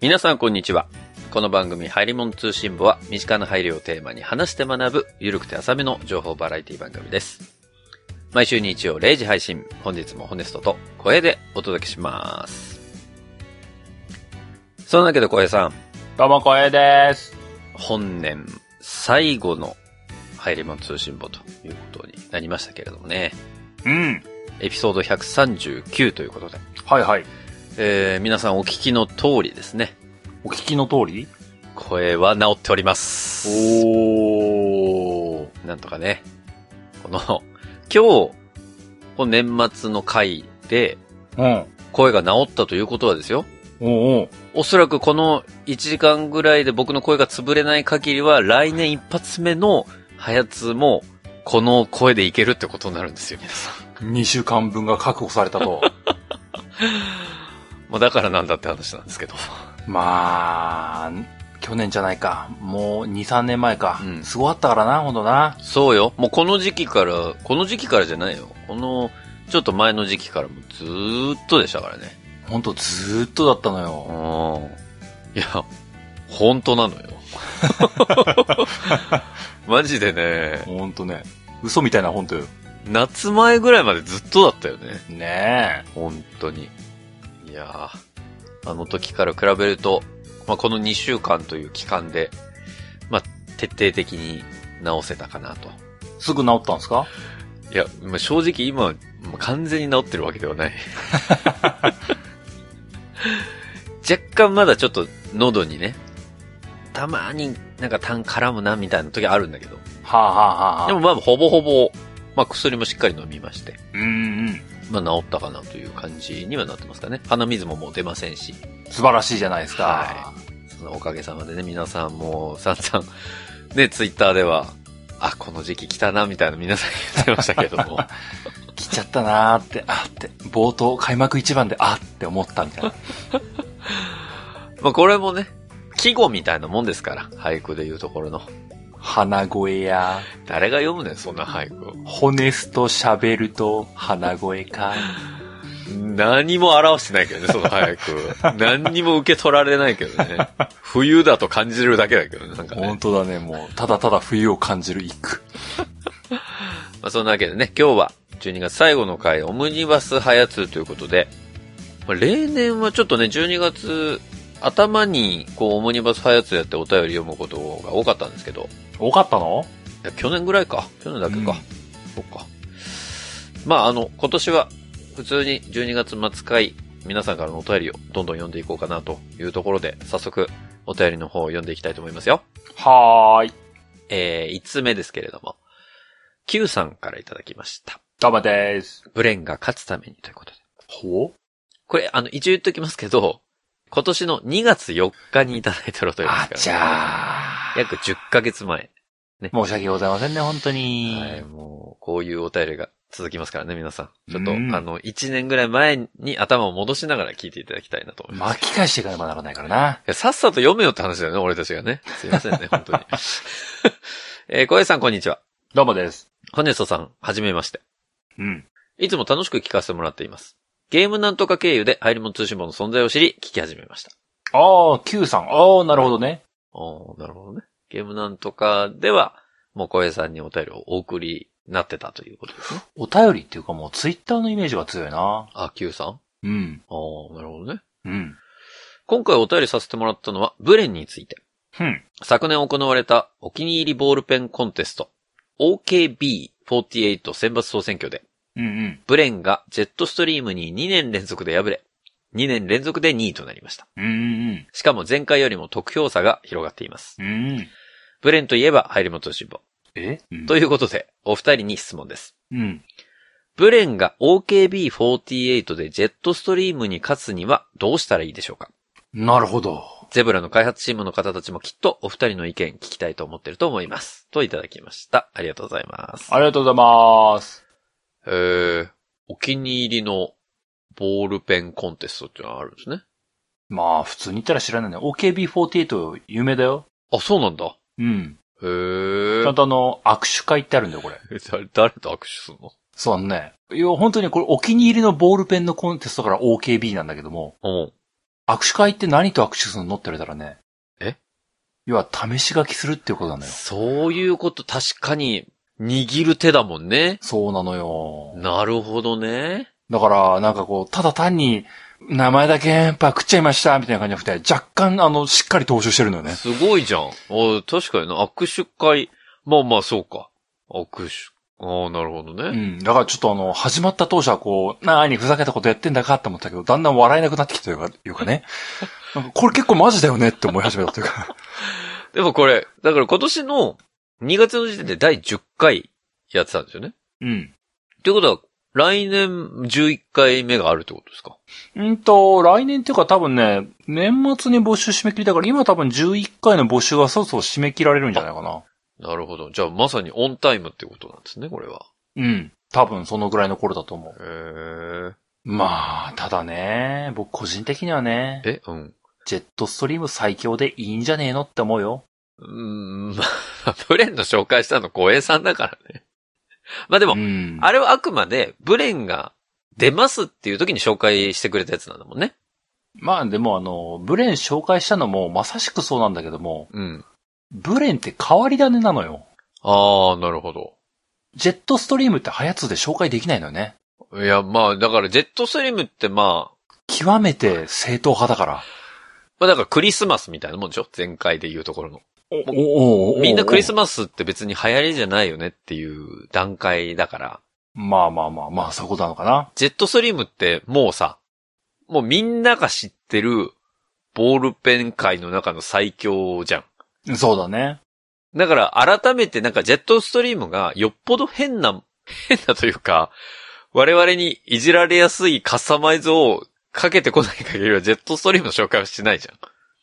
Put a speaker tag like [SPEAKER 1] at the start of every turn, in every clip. [SPEAKER 1] 皆さんこんにちは。この番組、入り物通信部は、身近な配慮をテーマに話して学ぶ、ゆるくて浅めの情報バラエティ番組です。毎週日曜0時配信、本日もホネストと声でお届けします。そんなわけで声さん、
[SPEAKER 2] どうも、光栄です。
[SPEAKER 1] 本年最後の入り物通信簿ということになりましたけれどもね、
[SPEAKER 2] うん。
[SPEAKER 1] エピソード139ということで、
[SPEAKER 2] はいはい。
[SPEAKER 1] えー、皆さんお聞きの通りですね、
[SPEAKER 2] お聞きの通り
[SPEAKER 1] 声は治っております。
[SPEAKER 2] おー。
[SPEAKER 1] なんとかね、この、今日、この年末の回で、
[SPEAKER 2] うん。
[SPEAKER 1] 声が治ったということはですよ。
[SPEAKER 2] おう
[SPEAKER 1] おそらくこの1時間ぐらいで僕の声が潰れない限りは、来年一発目のハヤツも、この声でいけるってことになるんですよ、皆さん。
[SPEAKER 2] おう。2週間分が確保された と。
[SPEAKER 1] まあだからなんだって話なんですけど。
[SPEAKER 2] まあ、去年じゃないか。もう2、3年前か。
[SPEAKER 1] うん
[SPEAKER 2] すごかったからな、ほんとな。
[SPEAKER 1] そうよ。もうこの時期から、この時期からじゃないよ。この、ちょっと前の時期からもずーっとでしたからね。
[SPEAKER 2] ほんとずーっとだったの
[SPEAKER 1] うん。
[SPEAKER 2] よ。
[SPEAKER 1] いや、本当なのよ。 マジでね、
[SPEAKER 2] ほんとね。嘘みたいなほんとよ。
[SPEAKER 1] 夏前ぐらいまでずっとだったよね。
[SPEAKER 2] ね
[SPEAKER 1] 本当に。いやーあの時から比べると、まあ、この2週間という期間で、まあ、徹底的に直せたかなと。
[SPEAKER 2] え。すぐ治ったんですか
[SPEAKER 1] いや、まあ正直今、もう完全に治ってるわけではない。若干まだちょっと喉にね、たまになんか痰絡むなみたいな時あるんだけど。
[SPEAKER 2] はあ、はあはあ、
[SPEAKER 1] でもまあほぼほぼ、まあ薬もしっかり飲みまして、
[SPEAKER 2] うんうん。
[SPEAKER 1] まあ治ったかなという感じにはなってますかね。鼻水ももう出ませんし、
[SPEAKER 2] 素晴らしいじゃないですか。
[SPEAKER 1] はそのおかげさまでね、皆さんもう散々、ね、ツイッターでは、あ、この時期来たなみたいな皆さん言ってましたけども。
[SPEAKER 2] 来ちゃったなーって、あーって、冒頭開幕一番であーって思ったみたいな。
[SPEAKER 1] まあこれもね、季語みたいなもんですから、俳句で言うところの。
[SPEAKER 2] 鼻声や、
[SPEAKER 1] 誰が読むねん、そんな俳句を。
[SPEAKER 2] ホネスト喋ると鼻声か。
[SPEAKER 1] 何も表してないけどね、その俳句。何にも受け取られないけどね。冬だと感じるだけだけどね、なんかね
[SPEAKER 2] 本。当だね、もう。ただただ冬を感じる一句。
[SPEAKER 1] まあそんなわけでね、今日は12月最後の回、オムニバス早通ということで、まあ、例年はちょっとね、12月頭にこうオムニバス早通やってお便り読むことが多かったんですけど、
[SPEAKER 2] 多かったの
[SPEAKER 1] いや去年ぐらいか。去年だけか。
[SPEAKER 2] うん
[SPEAKER 1] そっか。まあ、あの、今年は普通に12月末回、皆さんからのお便りをどんどん読んでいこうかなというところで、早速お便りの方を読んでいきたいと思いますよ。
[SPEAKER 2] はーい。
[SPEAKER 1] えー、5つ目ですけれども、Q さんからいただきました。
[SPEAKER 2] どうもです。
[SPEAKER 1] ブレンが勝つためにということで。
[SPEAKER 2] ほ
[SPEAKER 1] これ、あの、一応言っときますけど、今年の2月4日にいただいてるお便りですから
[SPEAKER 2] あ、ちゃー。
[SPEAKER 1] 約10ヶ月前。
[SPEAKER 2] 申し訳ございませんね、本当に。
[SPEAKER 1] はい、もう、こういうお便りが続きますからね、皆さん。ちょっと、
[SPEAKER 2] うん
[SPEAKER 1] あの、1年ぐらい前に頭を戻しながら聞いていただきたいなと思います。い
[SPEAKER 2] 巻き返していかねばならないからな。
[SPEAKER 1] やさっさと読めよって話だよね、俺たちがね。すいません ね、本当に。 えー、小江さん、こんにちは。
[SPEAKER 2] どうもです。
[SPEAKER 1] ホネストさん、はじめまして。
[SPEAKER 2] うん。
[SPEAKER 1] いつも楽しく聞かせてもらっています。ゲームなんとか経由で、入り物通信簿の存在を知り、聞き始めました。
[SPEAKER 2] あー、Q さん。あー、なるほどね。
[SPEAKER 1] おーなるほどね。ゲームなんとかでは、もう小江さんにお便りをお送りになってたということですね。
[SPEAKER 2] お便りっていうかもうツイッターのイメージが強いな。
[SPEAKER 1] あ、Q さん
[SPEAKER 2] うん。
[SPEAKER 1] おーなるほどね。
[SPEAKER 2] うん。
[SPEAKER 1] 今回お便りさせてもらったのは、ブレンについて。
[SPEAKER 2] ふん。
[SPEAKER 1] 昨年行われたお気に入りボールペンコンテスト、OKB48 選抜総選挙で、
[SPEAKER 2] うんうん。
[SPEAKER 1] ブレンがジェットストリームに2年連続で敗れ、2年連続で2位となりました。
[SPEAKER 2] うんうん
[SPEAKER 1] しかも前回よりも得票差が広がっています。
[SPEAKER 2] うん。うん。
[SPEAKER 1] ブレンといえば入り元新聞。
[SPEAKER 2] え
[SPEAKER 1] ということで、お二人に質問です。
[SPEAKER 2] うん。
[SPEAKER 1] ブレンが OKB48 でジェットストリームに勝つにはどうしたらいいでしょうか
[SPEAKER 2] なるほど。
[SPEAKER 1] ゼブラの開発チームの方たちもきっとお二人の意見聞きたいと思ってると思います。といただきました。ありがとうございます。
[SPEAKER 2] ありがとうございます。
[SPEAKER 1] えー、お気に入りのボールペンコンテストっていうのがあるんですね。
[SPEAKER 2] まあ、普通に言ったら知らないね。OKB48 有名だよ。
[SPEAKER 1] あ、そうなんだ。
[SPEAKER 2] うん。
[SPEAKER 1] へ
[SPEAKER 2] ちゃん
[SPEAKER 1] ー。
[SPEAKER 2] とあの、握手会ってあるんだよ、これ。
[SPEAKER 1] 誰誰と握手するの
[SPEAKER 2] そうね。いや、本当にこれお気に入りのボールペンのコンテストから OKB なんだけども、
[SPEAKER 1] うん。
[SPEAKER 2] 握手会って何と握手するのって言われたらね。
[SPEAKER 1] え
[SPEAKER 2] 要は、試し書きするっていうことなのよ。
[SPEAKER 1] そういうこと確かに、握る手だもんね。
[SPEAKER 2] そうなのよ。
[SPEAKER 1] なるほどね。
[SPEAKER 2] だから、なんかこう、ただ単に、名前だけパクっちゃいました、みたいな感じじゃなくて、若干、あの、しっかり踏襲してるのよね。
[SPEAKER 1] すごいじゃん。お確かにな、握手会。まあまあ、そうか。握手。ああ、なるほど
[SPEAKER 2] う
[SPEAKER 1] ね。
[SPEAKER 2] ん。だからちょっとあの、始まった当初はこう、なあにふざけたことやってんだかって思ったけど、だんだん笑えなくなってきたというか、いうか ね。なんかこれ結構マジだよねって思い始めたというか。
[SPEAKER 1] でもこれ、だから今年の2月の時点で第10回やってたんですよね。
[SPEAKER 2] うん。
[SPEAKER 1] ってことは、来年11回目があるってことですか
[SPEAKER 2] うんと、来年っていうか多分ね、年末に募集締め切りだから、今多分11回の募集はそろそろ締め切られるんじゃないかな。
[SPEAKER 1] なるほど。じゃあまさにオンタイムってことなんですね、これは。
[SPEAKER 2] うん。多分そのぐらいの頃だと思う。
[SPEAKER 1] へ
[SPEAKER 2] まあ、ただね、僕個人的にはね、
[SPEAKER 1] え。え、うん。
[SPEAKER 2] ジェットストリーム最強でいいんじゃねえのって思うよ。
[SPEAKER 1] うーん、まあ、ブレンの紹介したの小江さんだからね。まあでも
[SPEAKER 2] う、ん。
[SPEAKER 1] あれはあくまでブレンが出ますっていう時に紹介してくれたやつなんだもんね。
[SPEAKER 2] まあでもあの、ブレン紹介したのもまさしくそうなんだけども、
[SPEAKER 1] うん。
[SPEAKER 2] ブレンって変わり種なのよ。
[SPEAKER 1] ああ、なるほど。
[SPEAKER 2] ジェットストリームってハヤツで紹介できないのよね。
[SPEAKER 1] いや、まあ、だからジェットスリムってまあ、
[SPEAKER 2] 極めて正統派だから。
[SPEAKER 1] まあだからクリスマスみたいなもんでしょ前回で言うところの。
[SPEAKER 2] おおお
[SPEAKER 1] みんなクリス
[SPEAKER 2] マ
[SPEAKER 1] マスって別に流行りじゃないよねっていう段階だから。
[SPEAKER 2] ス。まあまあまあまあ、そういうことなのかな。
[SPEAKER 1] ジェットスリムってもうさ、もうみんなが知ってるボールペン界の中の最強じゃん。
[SPEAKER 2] そうだね。
[SPEAKER 1] だから改めてなんかジェットストリームがよっぽど変な、変なというか、我々にいじられやすいカスタマイズをかけてこない限りはジェットストリームの紹介はしないじゃん。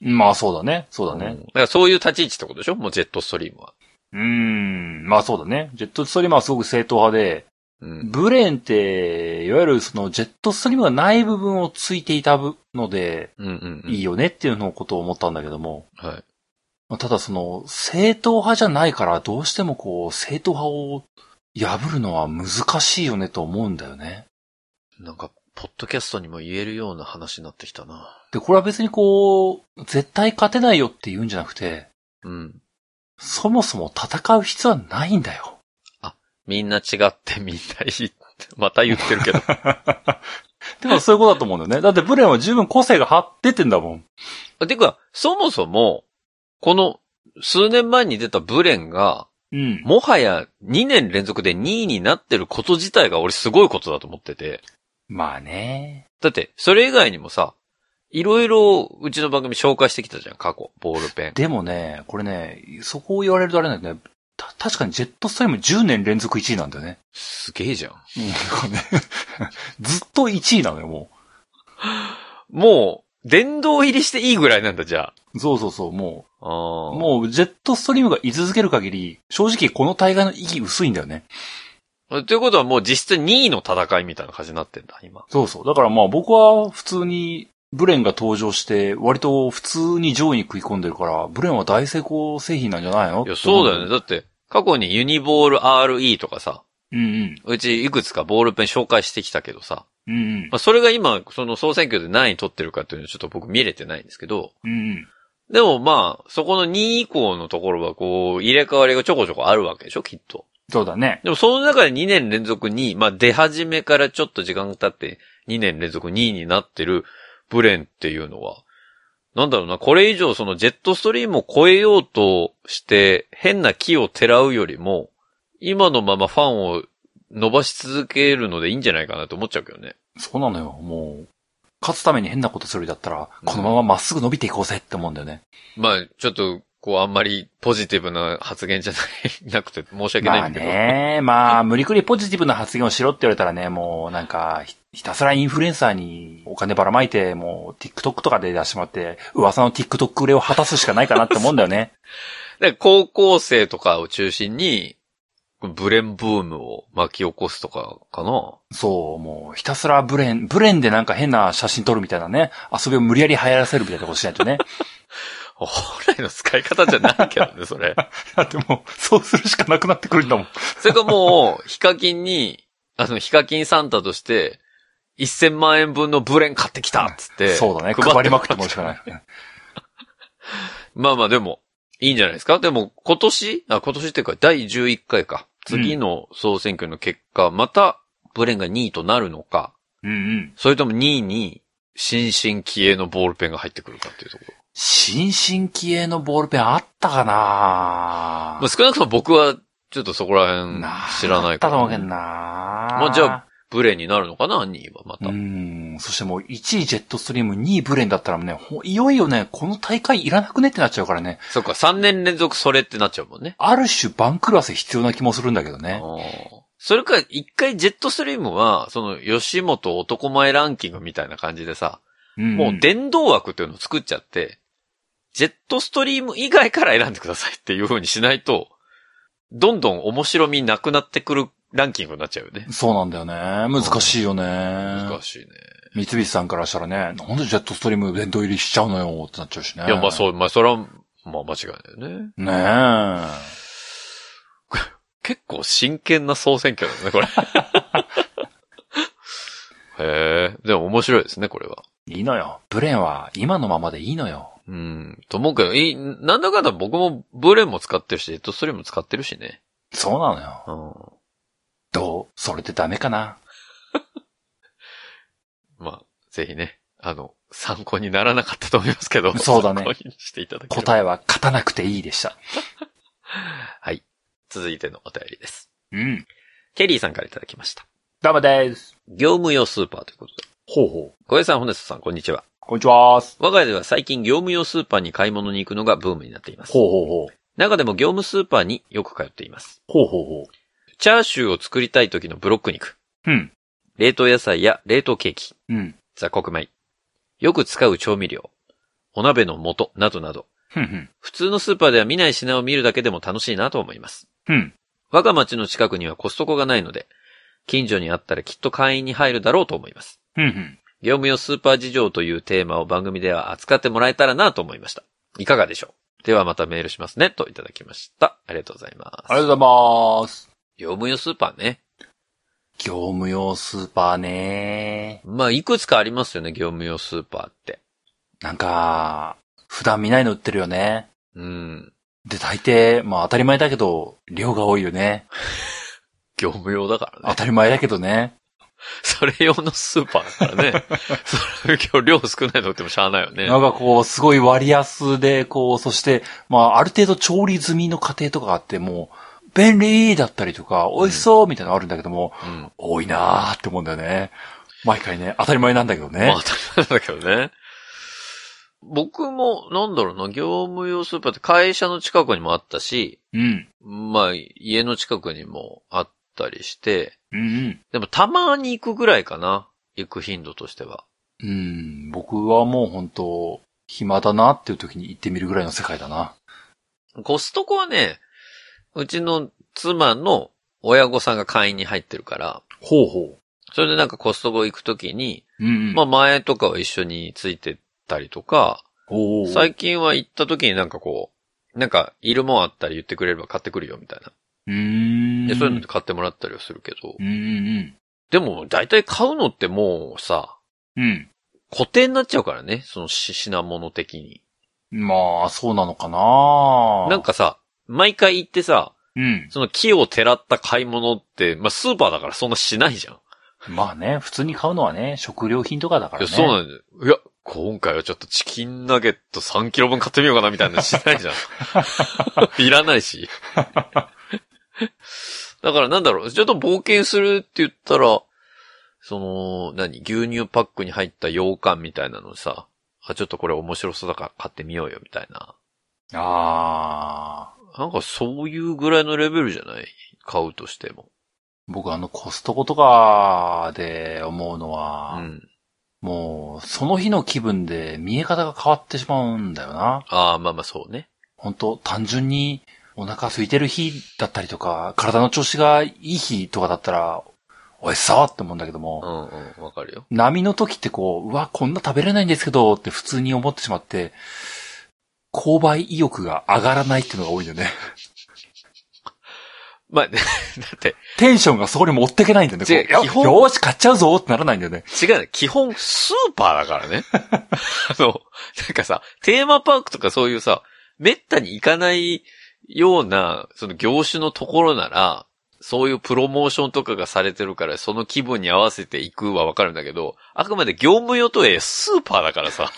[SPEAKER 2] まあそうだね。そうだ
[SPEAKER 1] うん
[SPEAKER 2] ね。
[SPEAKER 1] だからそういう立ち位置ってことでしょもうジェットストリームは。
[SPEAKER 2] うーん。まあそうだね。ジェットストリームはすごく正統派で、
[SPEAKER 1] うん。
[SPEAKER 2] ブレンって、いわゆるそのジェットストリームがない部分をついていたので、
[SPEAKER 1] うんうん、うん。
[SPEAKER 2] いいよねっていうのをことを思ったんだけども、
[SPEAKER 1] はい。
[SPEAKER 2] まあただその、正統派じゃないから、どうしてもこう、正統派を破るのは難しいよねと思うんだよね。
[SPEAKER 1] なんか、ポッドキャストにも言えるような話になってきたな。
[SPEAKER 2] で、これは別にこう、絶対勝てないよって言うんじゃなくて、
[SPEAKER 1] うん。
[SPEAKER 2] そもそも戦う必要はないんだよ。
[SPEAKER 1] みんな違ってみんないいって。また言ってるけど。
[SPEAKER 2] でもそういうことだと思うんだよね。だってブレンは十分個性が張っててんだもん。
[SPEAKER 1] てか、そもそも、この数年前に出たブレンが、
[SPEAKER 2] うん。
[SPEAKER 1] もはや2年連続で2位になってること自体が俺すごいことだと思ってて。
[SPEAKER 2] まあね。
[SPEAKER 1] だって、それ以外にもさ、いろいろうちの番組紹介してきたじゃん、過去。ボールペン。
[SPEAKER 2] でもね、これね、そこを言われるとあれなんだよね。た確かにジェットストリーム10年連続1位なんだよね。
[SPEAKER 1] すげえじゃん。
[SPEAKER 2] うん、だからね ずっと1位なのよ、も
[SPEAKER 1] もう、殿堂入りしていいぐらいなんだ、じゃ
[SPEAKER 2] う。そうそうそう、も
[SPEAKER 1] あ。あ
[SPEAKER 2] う。
[SPEAKER 1] も
[SPEAKER 2] もう、ジェットストリームが居続ける限り、正直この大会の意義薄いんだよね。
[SPEAKER 1] う、ということはもう実質2位の戦いみたいな感じになってんだ、今。
[SPEAKER 2] そうそう。だからまあ僕は普通にブレンが登場して、割と普通に上位に食い込んでるから、ブレンは大成功製品なんじゃないの
[SPEAKER 1] いや、そうだよね。。だって、過去にユニボール RE とかさ、
[SPEAKER 2] うん
[SPEAKER 1] うちいくつかボールペン紹介してきたけどさ、
[SPEAKER 2] うん。うん
[SPEAKER 1] まあ、それが今、その総選挙で何位取ってるかっていうのはちょっと僕見れてないんですけど、
[SPEAKER 2] うん。うん
[SPEAKER 1] でもまあ、そこの2位以降のところはこう、入れ替わりがちょこちょこあるわけでしょ、きっと。
[SPEAKER 2] そうだね。
[SPEAKER 1] でもその中で2年連続に、まあ出始めからちょっと時間が経って2年連続2位になってるブレンっていうのは、なんだろうな、これ以上そのジェットストリームを超えようとして変な木をてらうよりも、今のままファンを伸ばし続けるのでいいんじゃないかなと思っちゃうけどね。
[SPEAKER 2] そうなのよ。もう、勝つために変なことするよりだったら、
[SPEAKER 1] うん
[SPEAKER 2] このまままっすぐ伸びていこうぜって思うんだよね。
[SPEAKER 1] まあ、ちょっと、こう、あんまりポジティブな発言じゃないなくて申し訳
[SPEAKER 2] ま
[SPEAKER 1] な
[SPEAKER 2] あ
[SPEAKER 1] いんだけど。
[SPEAKER 2] ね、まあ、無理くりポジティブな発言をしろって言われたらね、もうなんか、ひひたすらインフルエンサーにお金ばらまいて、もう TikTok とかで出してもらって、噂の TikTok 売れを果たすしかないかなって思うんだよね。
[SPEAKER 1] で高校生とかを中心に、ブレンブームを巻き起こすとかかな。
[SPEAKER 2] そう、もうひたすらブレン、ブレンでなんか変な写真撮るみたいなね、遊びを無理やり流行らせるみたいなことしないとね。
[SPEAKER 1] 本来の使い方じゃないけどね、それ。
[SPEAKER 2] だってもう、そうするしかなくなってくるんだもん。
[SPEAKER 1] それかもう、ヒカキンに、あの、ヒカキンサンタとして、 1000万円分のブレン買ってきたっつって。
[SPEAKER 2] そうだね。配りまくってもらうしかない。
[SPEAKER 1] まあまあでも、いいんじゃないですかでも今年、あ、今年っていうか第11回か。次の総選挙の結果、またブレンが2位となるのか、
[SPEAKER 2] うんうん。
[SPEAKER 1] それとも2位に新進気鋭のボールペンが入ってくるかっていうところ。
[SPEAKER 2] 新進気鋭のボールペンあったかな
[SPEAKER 1] まあ、少なくとも僕はちょっとそこら辺知らないから
[SPEAKER 2] か。あった
[SPEAKER 1] ら
[SPEAKER 2] と思うけどなま
[SPEAKER 1] まあじゃあブレンになるのかな ?2 位はまた。
[SPEAKER 2] うん。そしてもう1位ジェットストリーム、2位ブレンだったらね、ほいよいよね、この大会いらなくねってなっちゃうからね、
[SPEAKER 1] そっか、3年連続それってなっちゃうもんね。
[SPEAKER 2] ある種番狂わせ必要な気もするんだけど
[SPEAKER 1] あ
[SPEAKER 2] ね。
[SPEAKER 1] ーそれか、一回ジェットストリームは、その、吉本男前ランキングみたいな感じでさ、もう電動枠っていうのを作っちゃって、ジェットストリーム以外から選んでくださいっていう風にしないと、どんどん面白みなくなってくるランキングになっちゃうよね
[SPEAKER 2] うん。そうなんだよね。難しいよね。
[SPEAKER 1] 難しいね。
[SPEAKER 2] 三菱さんからしたらね、なんでジェットストリーム殿堂入りしちゃうのよってなっちゃうしね。
[SPEAKER 1] いや、まあ
[SPEAKER 2] う。
[SPEAKER 1] そう、まあそれは、まあ間違いないよね。
[SPEAKER 2] ねえ。
[SPEAKER 1] 結構真剣な総選挙だね、 これ。へえ、でも面白いですね、これは。
[SPEAKER 2] いいのよ。ブレンは今のままでいいのよ。
[SPEAKER 1] うん、と思うけど、いい、なんだかんだ僕もブレンも使ってるし、ジェットストリームも使ってるしね。
[SPEAKER 2] そうなのよ。
[SPEAKER 1] うん。
[SPEAKER 2] どうそれでダメかな
[SPEAKER 1] まあ、ぜひね、あの、参考にならなかったと思いますけど。
[SPEAKER 2] そうだね
[SPEAKER 1] 参考にしていただければ
[SPEAKER 2] 答えは勝たなくていいでした。
[SPEAKER 1] はい。続いてのお便りです。
[SPEAKER 2] うん。
[SPEAKER 1] ケリーさんからいただきました。
[SPEAKER 2] ダメです。
[SPEAKER 1] 業務用スーパーということで。
[SPEAKER 2] ほうほう。
[SPEAKER 1] 小江さん、ホネストさん、こんにちは。
[SPEAKER 2] こんにちは
[SPEAKER 1] 我が家では最近業務用スーパーに買い物に行くのがブームになっています。
[SPEAKER 2] ほうほうほう。
[SPEAKER 1] 中でも業務スーパーによく通っています。
[SPEAKER 2] ほうほうほ
[SPEAKER 1] チャーシューを作りたい時のブロック肉、
[SPEAKER 2] う。うん。
[SPEAKER 1] 冷凍野菜や冷凍ケーキ、
[SPEAKER 2] うん。
[SPEAKER 1] 雑穀米、よく使う調味料、お鍋の素などなど、
[SPEAKER 2] ふんふん。
[SPEAKER 1] 普通のスーパーでは見ない品を見るだけでも楽しいなと思います。
[SPEAKER 2] うん。
[SPEAKER 1] 我が町の近くにはコストコがないので、近所にあったらきっと会員に入るだろうと思います。
[SPEAKER 2] ふんふん。
[SPEAKER 1] 業務用スーパー事情というテーマを番組では扱ってもらえたらなと思いました。いかがでしょうではまたメールしますね、といただきました。ありがとうございます。
[SPEAKER 2] ありがとうございます。
[SPEAKER 1] 業務用スーパーね。
[SPEAKER 2] 業務用スーパーね
[SPEAKER 1] まあ、いくつかありますよね、業務用スーパーって。
[SPEAKER 2] なんか、普段見ないの売ってるよね。
[SPEAKER 1] うん。
[SPEAKER 2] で、大抵、まあ当たり前だけど、量が多いよね。
[SPEAKER 1] 業務用だから
[SPEAKER 2] 当
[SPEAKER 1] ね。
[SPEAKER 2] たり前だけどね。
[SPEAKER 1] それ用のスーパーだから ね。それ今日量少ないの売ってもしゃあないよね。
[SPEAKER 2] なんかこう、すごい割安で、こう、そして、まあある程度調理済みの過程とかがあって、もう、便利だったりとか、美味しそうみたいなのあるんだけども、
[SPEAKER 1] うん。
[SPEAKER 2] 多いなーって思うんだよね。毎回ね、当たり前なんだけどね
[SPEAKER 1] まあ。 当たり前だけどね。僕も、なんだろうな、業務用スーパーって会社の近くにもあったし、
[SPEAKER 2] うん。
[SPEAKER 1] まあ、家の近くにもあったりして、
[SPEAKER 2] うんうん。
[SPEAKER 1] でもたまに行くぐらいかな。行く頻度としては。
[SPEAKER 2] うん、僕はもう本当暇だなっていう時に行ってみるぐらいの世界だな。
[SPEAKER 1] コストコはね、うちの妻の親御さんが会員に入ってるから、
[SPEAKER 2] ほうほ
[SPEAKER 1] それでなんかコストコ行くときに、
[SPEAKER 2] う。うん、うん。
[SPEAKER 1] まあ前とかは一緒についてったりとか、
[SPEAKER 2] おうおう
[SPEAKER 1] 最近は行った時になんかこう、なんかいるもんあったり言ってくれれば買ってくるよみたいな。
[SPEAKER 2] うーん。
[SPEAKER 1] で、そういうのって買ってもらったりはするけど
[SPEAKER 2] う。んうん
[SPEAKER 1] でも、大体買うのってもうさ、
[SPEAKER 2] うん。
[SPEAKER 1] 固定になっちゃうからね、そのし品物的に。
[SPEAKER 2] うん。まあ、そうなのかな
[SPEAKER 1] なん、かさ、毎回行ってさ、
[SPEAKER 2] うん。
[SPEAKER 1] その木をてらった買い物って、まあ、スーパーだからそんなしないじゃん。
[SPEAKER 2] まあね、普通に買うのはね、食料品とかだか
[SPEAKER 1] い
[SPEAKER 2] ら
[SPEAKER 1] や、
[SPEAKER 2] ね。
[SPEAKER 1] そうなんだよ。いや、今回はちょっとチキンナゲット3キロ分買ってみようかなみたいなの しないじゃ ん。いらないし。だからなんだろう、ちょっと冒険するって言ったら、その、何、牛乳パックに入った羊羹みたいなのさ、あ、ちょっとこれ面白そうだから買ってみようよみたいな。
[SPEAKER 2] ああ。
[SPEAKER 1] なんかそういうぐらいのレベルじゃない買うとしても。
[SPEAKER 2] 僕あの、コストコとかで思うの
[SPEAKER 1] う
[SPEAKER 2] は、
[SPEAKER 1] ん。
[SPEAKER 2] もう、その日の気分で見え方が変わってしまうんだよな。
[SPEAKER 1] ああ、まあまあそうね。
[SPEAKER 2] 本当単純にお腹空いてる日だったりとか、体の調子がいい日とかだったら、おいしそうって思うんだけど
[SPEAKER 1] う
[SPEAKER 2] も、
[SPEAKER 1] んうん、わかるよ。
[SPEAKER 2] 波の時ってこう、うわ、こんな食べれないんですけどって普通に思ってしまって、購買意欲が上がらないっていうのが多いよね。
[SPEAKER 1] まあ、だ って、
[SPEAKER 2] テンションがそこに持ってけないんだよね。
[SPEAKER 1] 違う
[SPEAKER 2] こう
[SPEAKER 1] 基本
[SPEAKER 2] よーし、買っちゃうぞってならないんだよね。
[SPEAKER 1] 違うね。基本、スーパーだからね。あの、なんかさ、テーマパークとかそういうさ、めったに行かないような、その業種のところなら、そういうプロモーションとかがされてるから、その規模に合わせて行くはわかるんだけど、あくまで業務用とはいえスーパーだからさ、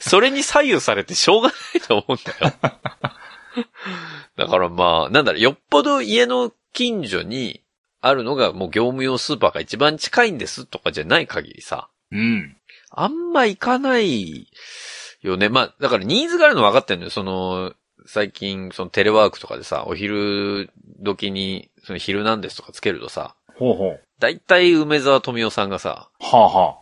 [SPEAKER 1] それに左右されてしょうがないと思うんだよ。だからまあ、なんだろう、よっぽど家の近所にあるのがもう業務用スーパーが一番近いんですとかじゃない限りさ、
[SPEAKER 2] うん。
[SPEAKER 1] あんま行かないよね。まあ、だからニーズがあるの分かってんのよ。その、最近、そのテレワークとかでさ、お昼時に、その昼なんですとかつけるとさ、
[SPEAKER 2] ほうほう。
[SPEAKER 1] だいたい梅沢富美男さんがさ、
[SPEAKER 2] はあは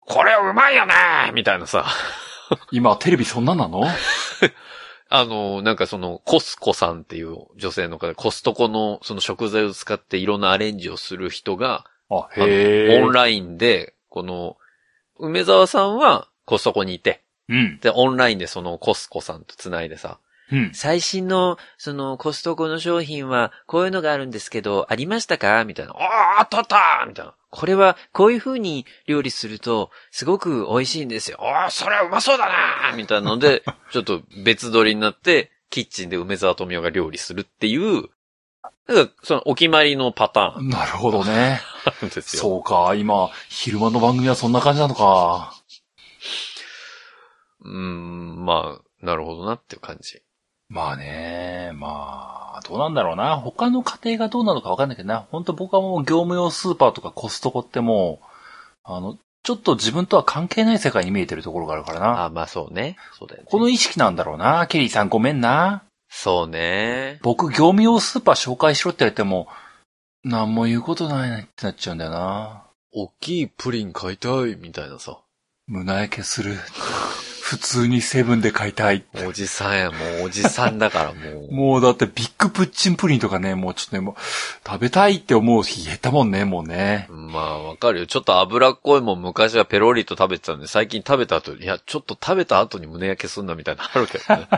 [SPEAKER 1] これうまいよねみたいなさ、
[SPEAKER 2] あ。今、テレビそんなんなの
[SPEAKER 1] あの、なんかその、コスコさんっていう女性の方、コストコのその食材を使っていろんなアレンジをする人が、
[SPEAKER 2] あ、へえ。
[SPEAKER 1] オンラインで、この、梅沢さんはコストコにいて、
[SPEAKER 2] うん。
[SPEAKER 1] で、オンラインでそのコスコさんと繋いでさ、
[SPEAKER 2] うん。
[SPEAKER 1] 最新の、その、コストコの商品は、こういうのがあるんですけど、ありましたかみたいな。ああ、あったあったみたいな。これは、こういう風に料理すると、すごく美味しいんですよ。ああ、それはうまそうだなみたいなので、ちょっと別撮りになって、キッチンで梅沢富美男が料理するっていう、なんか、その、お決まりのパターン
[SPEAKER 2] なるほどね。
[SPEAKER 1] なんですよ。
[SPEAKER 2] そうか、今、昼間の番組はそんな感じなのか。
[SPEAKER 1] う。うん、まあ、なるほどなっていう感じ。
[SPEAKER 2] まあね、まあ、どうなんだろうな。他の家庭がどうなのかわかんないけどな。本当僕はもう業務用スーパーとかコストコってもう、あの、ちょっと自分とは関係ない世界に見えてるところがあるからな。
[SPEAKER 1] ああ、まあそうね。そうだよね。
[SPEAKER 2] この意識なんだろうな。ケリーさんごめんな。
[SPEAKER 1] そうね。
[SPEAKER 2] 僕業務用スーパー紹介しろって言われても、何も言うことないなってなっちゃうんだよな。
[SPEAKER 1] 大きいプリン買いたい、みたいなさ。
[SPEAKER 2] 胸焼けする。普通にセブンで買いたい。
[SPEAKER 1] おじさんや、もうおじさんだからもう。
[SPEAKER 2] もうだってビッグプッチンプリンとかね、もうちょっとね、もう食べたいって思う日減ったもんね、もうね。
[SPEAKER 1] まあわかるよ。ちょっと脂っこいもん昔はペロリと食べてたんで、最近食べた後に、いや、ちょっと食べた後に胸焼けすんなみたいなのあるけど ね。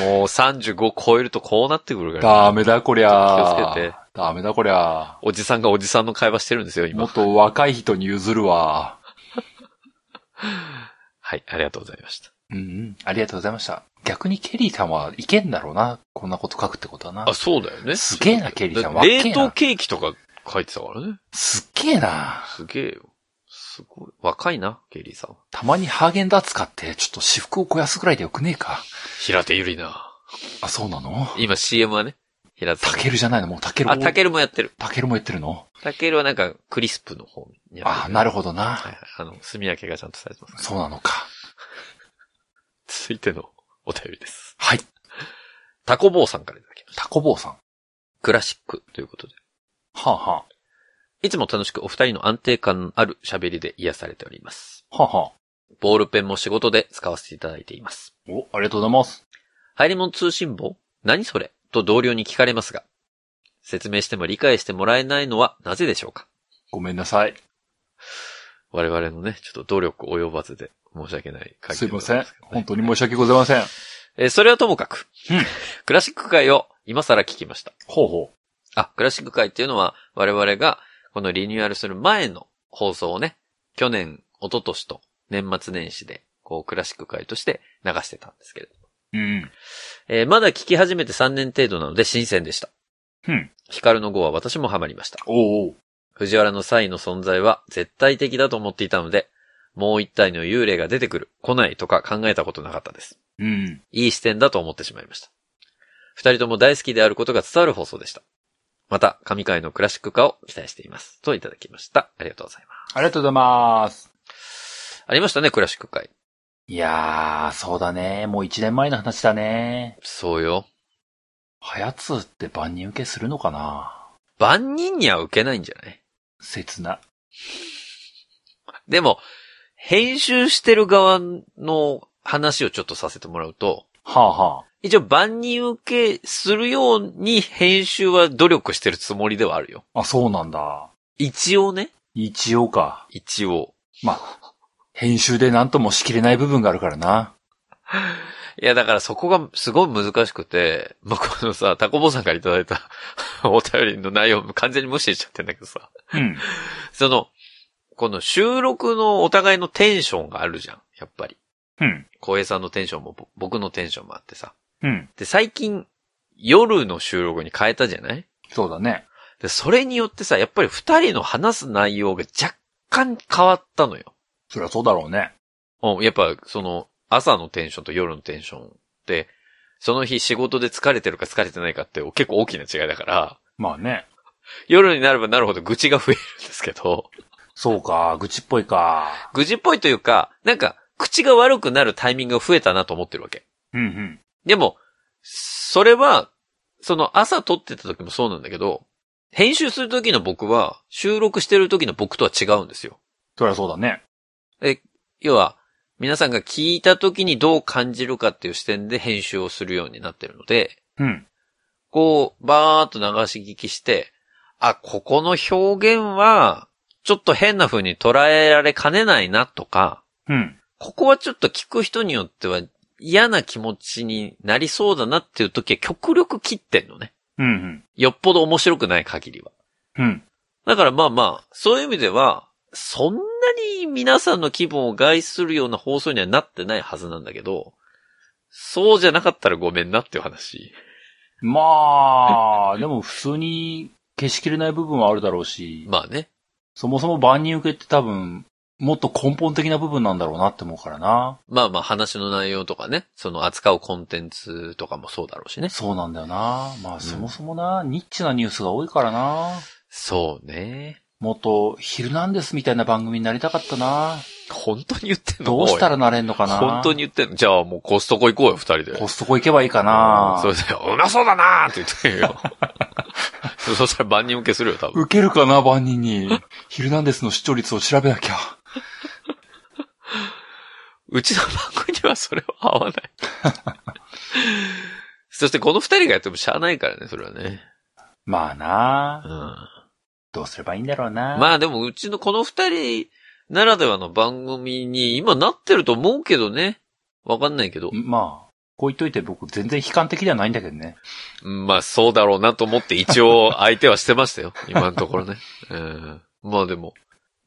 [SPEAKER 1] もう35超えるとこうなってくるから、
[SPEAKER 2] ダメだこり
[SPEAKER 1] ちょっ
[SPEAKER 2] ゃ
[SPEAKER 1] と気をつけて。
[SPEAKER 2] ダメだこりゃ。
[SPEAKER 1] おじさんがおじさんの会話してるんですよ、
[SPEAKER 2] も
[SPEAKER 1] 今
[SPEAKER 2] っ。と若い人に譲るわ。
[SPEAKER 1] はい、ありがとうございました。
[SPEAKER 2] うんうん。ありがとうございました。逆にケリーさんはいけんだろうな。こんなこと書くってことはな
[SPEAKER 1] あ、。そうだよね。
[SPEAKER 2] すげえなケリーさん
[SPEAKER 1] だって
[SPEAKER 2] わっけ
[SPEAKER 1] 冷
[SPEAKER 2] えな
[SPEAKER 1] 凍ケーキとか書いてたからね。
[SPEAKER 2] すっげえな。
[SPEAKER 1] すげえよ。すごい。若いな、ケリーさん。
[SPEAKER 2] たまにハーゲンダッツ買って、ちょっと私服を肥やすぐらいでよくねえか。
[SPEAKER 1] 平手ゆりな。
[SPEAKER 2] あ、そうなの
[SPEAKER 1] 今 CM はね、平手さん
[SPEAKER 2] タ。ケルじゃないのもうタケル。
[SPEAKER 1] あ、タケルもやってる。
[SPEAKER 2] タケルも言ってるの
[SPEAKER 1] タケルはなんか、クリスプの方にやって
[SPEAKER 2] あ、な
[SPEAKER 1] る。
[SPEAKER 2] るほど
[SPEAKER 1] は
[SPEAKER 2] な。
[SPEAKER 1] いはい。あの、炭焼けがちゃんとされてます。
[SPEAKER 2] そうなのか。
[SPEAKER 1] 続いてのお便りです。
[SPEAKER 2] はい。
[SPEAKER 1] タコ坊さんからいただきました。
[SPEAKER 2] タコ坊さん。は
[SPEAKER 1] クラシックということで。
[SPEAKER 2] あ、はい
[SPEAKER 1] つも楽しくお二人の安定感のある喋りで癒されております。
[SPEAKER 2] あ、はあ、はあ。
[SPEAKER 1] ボールペンも仕事で使わせていただいています。
[SPEAKER 2] お、ありがとうございます。
[SPEAKER 1] 入り物通信簿何それと同僚に聞かれますが、説明しても理解してもらえないのはなぜでしょうか
[SPEAKER 2] ごめんなさい。
[SPEAKER 1] 我々のね、ちょっと努力及ばずで申し訳ない限り
[SPEAKER 2] すい
[SPEAKER 1] でご
[SPEAKER 2] ま
[SPEAKER 1] ざ
[SPEAKER 2] せん
[SPEAKER 1] すけ。どね
[SPEAKER 2] 本当に申し訳ございません。
[SPEAKER 1] えーそれはともかく、
[SPEAKER 2] うん
[SPEAKER 1] クラシック界を今更聞きました。
[SPEAKER 2] ほうほ
[SPEAKER 1] あ、クラシック界っていうのは我々がこのリニューアルする前の放送をね、去年、一昨年と年末年始で、こうクラシック界として流してたんですけれど。
[SPEAKER 2] う。うん。
[SPEAKER 1] えーまだ聞き始めて3年程度なので新鮮でした。
[SPEAKER 2] うん。
[SPEAKER 1] ヒカルの号は私もハマりました。
[SPEAKER 2] おうおう。
[SPEAKER 1] 藤原のサイの存在は絶対的だと思っていたので、もう一体の幽霊が出てくる、来ないとか考えたことなかったです。
[SPEAKER 2] うん。
[SPEAKER 1] いい視点だと思ってしまいました。二人とも大好きであることが伝わる放送でした。また、神回のクラシック化を期待しています。といただきました。ありがとうございま
[SPEAKER 2] ありがとうございます。
[SPEAKER 1] す。ありましたね、クラシック会。
[SPEAKER 2] いやー、そうだね。もう一年前の話だね。
[SPEAKER 1] そうよ。
[SPEAKER 2] はやつって万人受けするのかな
[SPEAKER 1] 万人には受けないんじゃない
[SPEAKER 2] 切な。
[SPEAKER 1] でも、編集してる側の話をちょっとさせてもらうと、
[SPEAKER 2] はあはあ。
[SPEAKER 1] 一応万人受けするように編集は努力してるつもりではあるよ。
[SPEAKER 2] あ、そうなんだ。
[SPEAKER 1] 一応ね。
[SPEAKER 2] 一応か。
[SPEAKER 1] 一応。
[SPEAKER 2] まあ、編集で何ともしきれない部分があるからな。
[SPEAKER 1] いや、だからそこがすごい難しくて、まあ、このさ、タコボさんからいただいた お便りの内容完全に無視しちゃってんだけどさ、
[SPEAKER 2] うん。
[SPEAKER 1] その、この収録のお互いのテンションがあるじゃん、やっぱり。
[SPEAKER 2] うん。
[SPEAKER 1] 小平さんのテンションもぼ僕のテンションもあってさ。
[SPEAKER 2] うん。
[SPEAKER 1] で、最近、夜の収録に変えたじゃない
[SPEAKER 2] そうだね。
[SPEAKER 1] で、それによってさ、やっぱり二人の話す内容が若干変わったのよ。
[SPEAKER 2] そりゃそうだろうね。
[SPEAKER 1] うん、やっぱ、その、朝のテンションと夜のテンションって、その日仕事で疲れてるか疲れてないかって結構大きな違いだから、
[SPEAKER 2] まあね。
[SPEAKER 1] 夜になればなるほど愚痴が増えるんですけど、
[SPEAKER 2] そうか、愚痴っぽいか。
[SPEAKER 1] 愚痴っぽいというか、なんか、口が悪くなるタイミングが増えたなと思ってるわけ。
[SPEAKER 2] うんうん。
[SPEAKER 1] でも、それは、その朝撮ってた時もそうなんだけど、編集する時の僕は、収録してる時の僕とは違うんですよ。
[SPEAKER 2] そりゃそうだね。
[SPEAKER 1] 要は、皆さんが聞いた時にどう感じるかっていう視点で編集をするようになってるので、
[SPEAKER 2] うん。
[SPEAKER 1] こう、バーっと流し聞きして、あ、ここの表現は、ちょっと変な風に捉えられかねないなとか、
[SPEAKER 2] うん。
[SPEAKER 1] ここはちょっと聞く人によっては嫌な気持ちになりそうだなっていう時は極力切ってんのね。
[SPEAKER 2] うんうん。
[SPEAKER 1] よっぽど面白くない限りは。
[SPEAKER 2] うん。
[SPEAKER 1] だからまあまあ、そういう意味では、そんなに皆さんの気分を害するような放送にはなってないはずなんだけど、そうじゃなかったらごめんなっていう話。
[SPEAKER 2] まあ、でも普通に消しきれない部分はあるだろうし、
[SPEAKER 1] まあね。
[SPEAKER 2] そもそも万人受けって多分、もっと根本的な部分なんだろうなって思うからな。
[SPEAKER 1] まあまあ話の内容とかね、その扱うコンテンツとかもそうだろうしね。
[SPEAKER 2] そうなんだよな。まあそもそもな、ニッチなニュースが多いからな。
[SPEAKER 1] そうね。
[SPEAKER 2] もっと、ヒルナンデスみたいな番組になりたかったな。
[SPEAKER 1] 本当に言ってんの
[SPEAKER 2] どうした
[SPEAKER 1] ら
[SPEAKER 2] らなれんのかな。
[SPEAKER 1] 本当に言ってんのじゃあもうコストコ行こうよ、二人で。
[SPEAKER 2] コストコ行けばいいかな。
[SPEAKER 1] うんそれで、うまそうだなーって言って よ。そそしたら万人受けするよ、多分。
[SPEAKER 2] 受けるかな、万人に。ヒルナンデスの視聴率を調べなきゃ。
[SPEAKER 1] うちの番組にはそれは合わない。そしてこの二人がやってもしゃあないからね、それはね。
[SPEAKER 2] まあな
[SPEAKER 1] うん、
[SPEAKER 2] どうすればいいんだろうな。
[SPEAKER 1] まあでもうちのこの二人ならではの番組に今なってると思うけどね。わかんないけど。
[SPEAKER 2] まあ、こう言っといて僕全然悲観的ではないんだけどね。
[SPEAKER 1] うんまあそうだろうなと思って一応相手はしてましたよ。今のところね。うん、まあでも、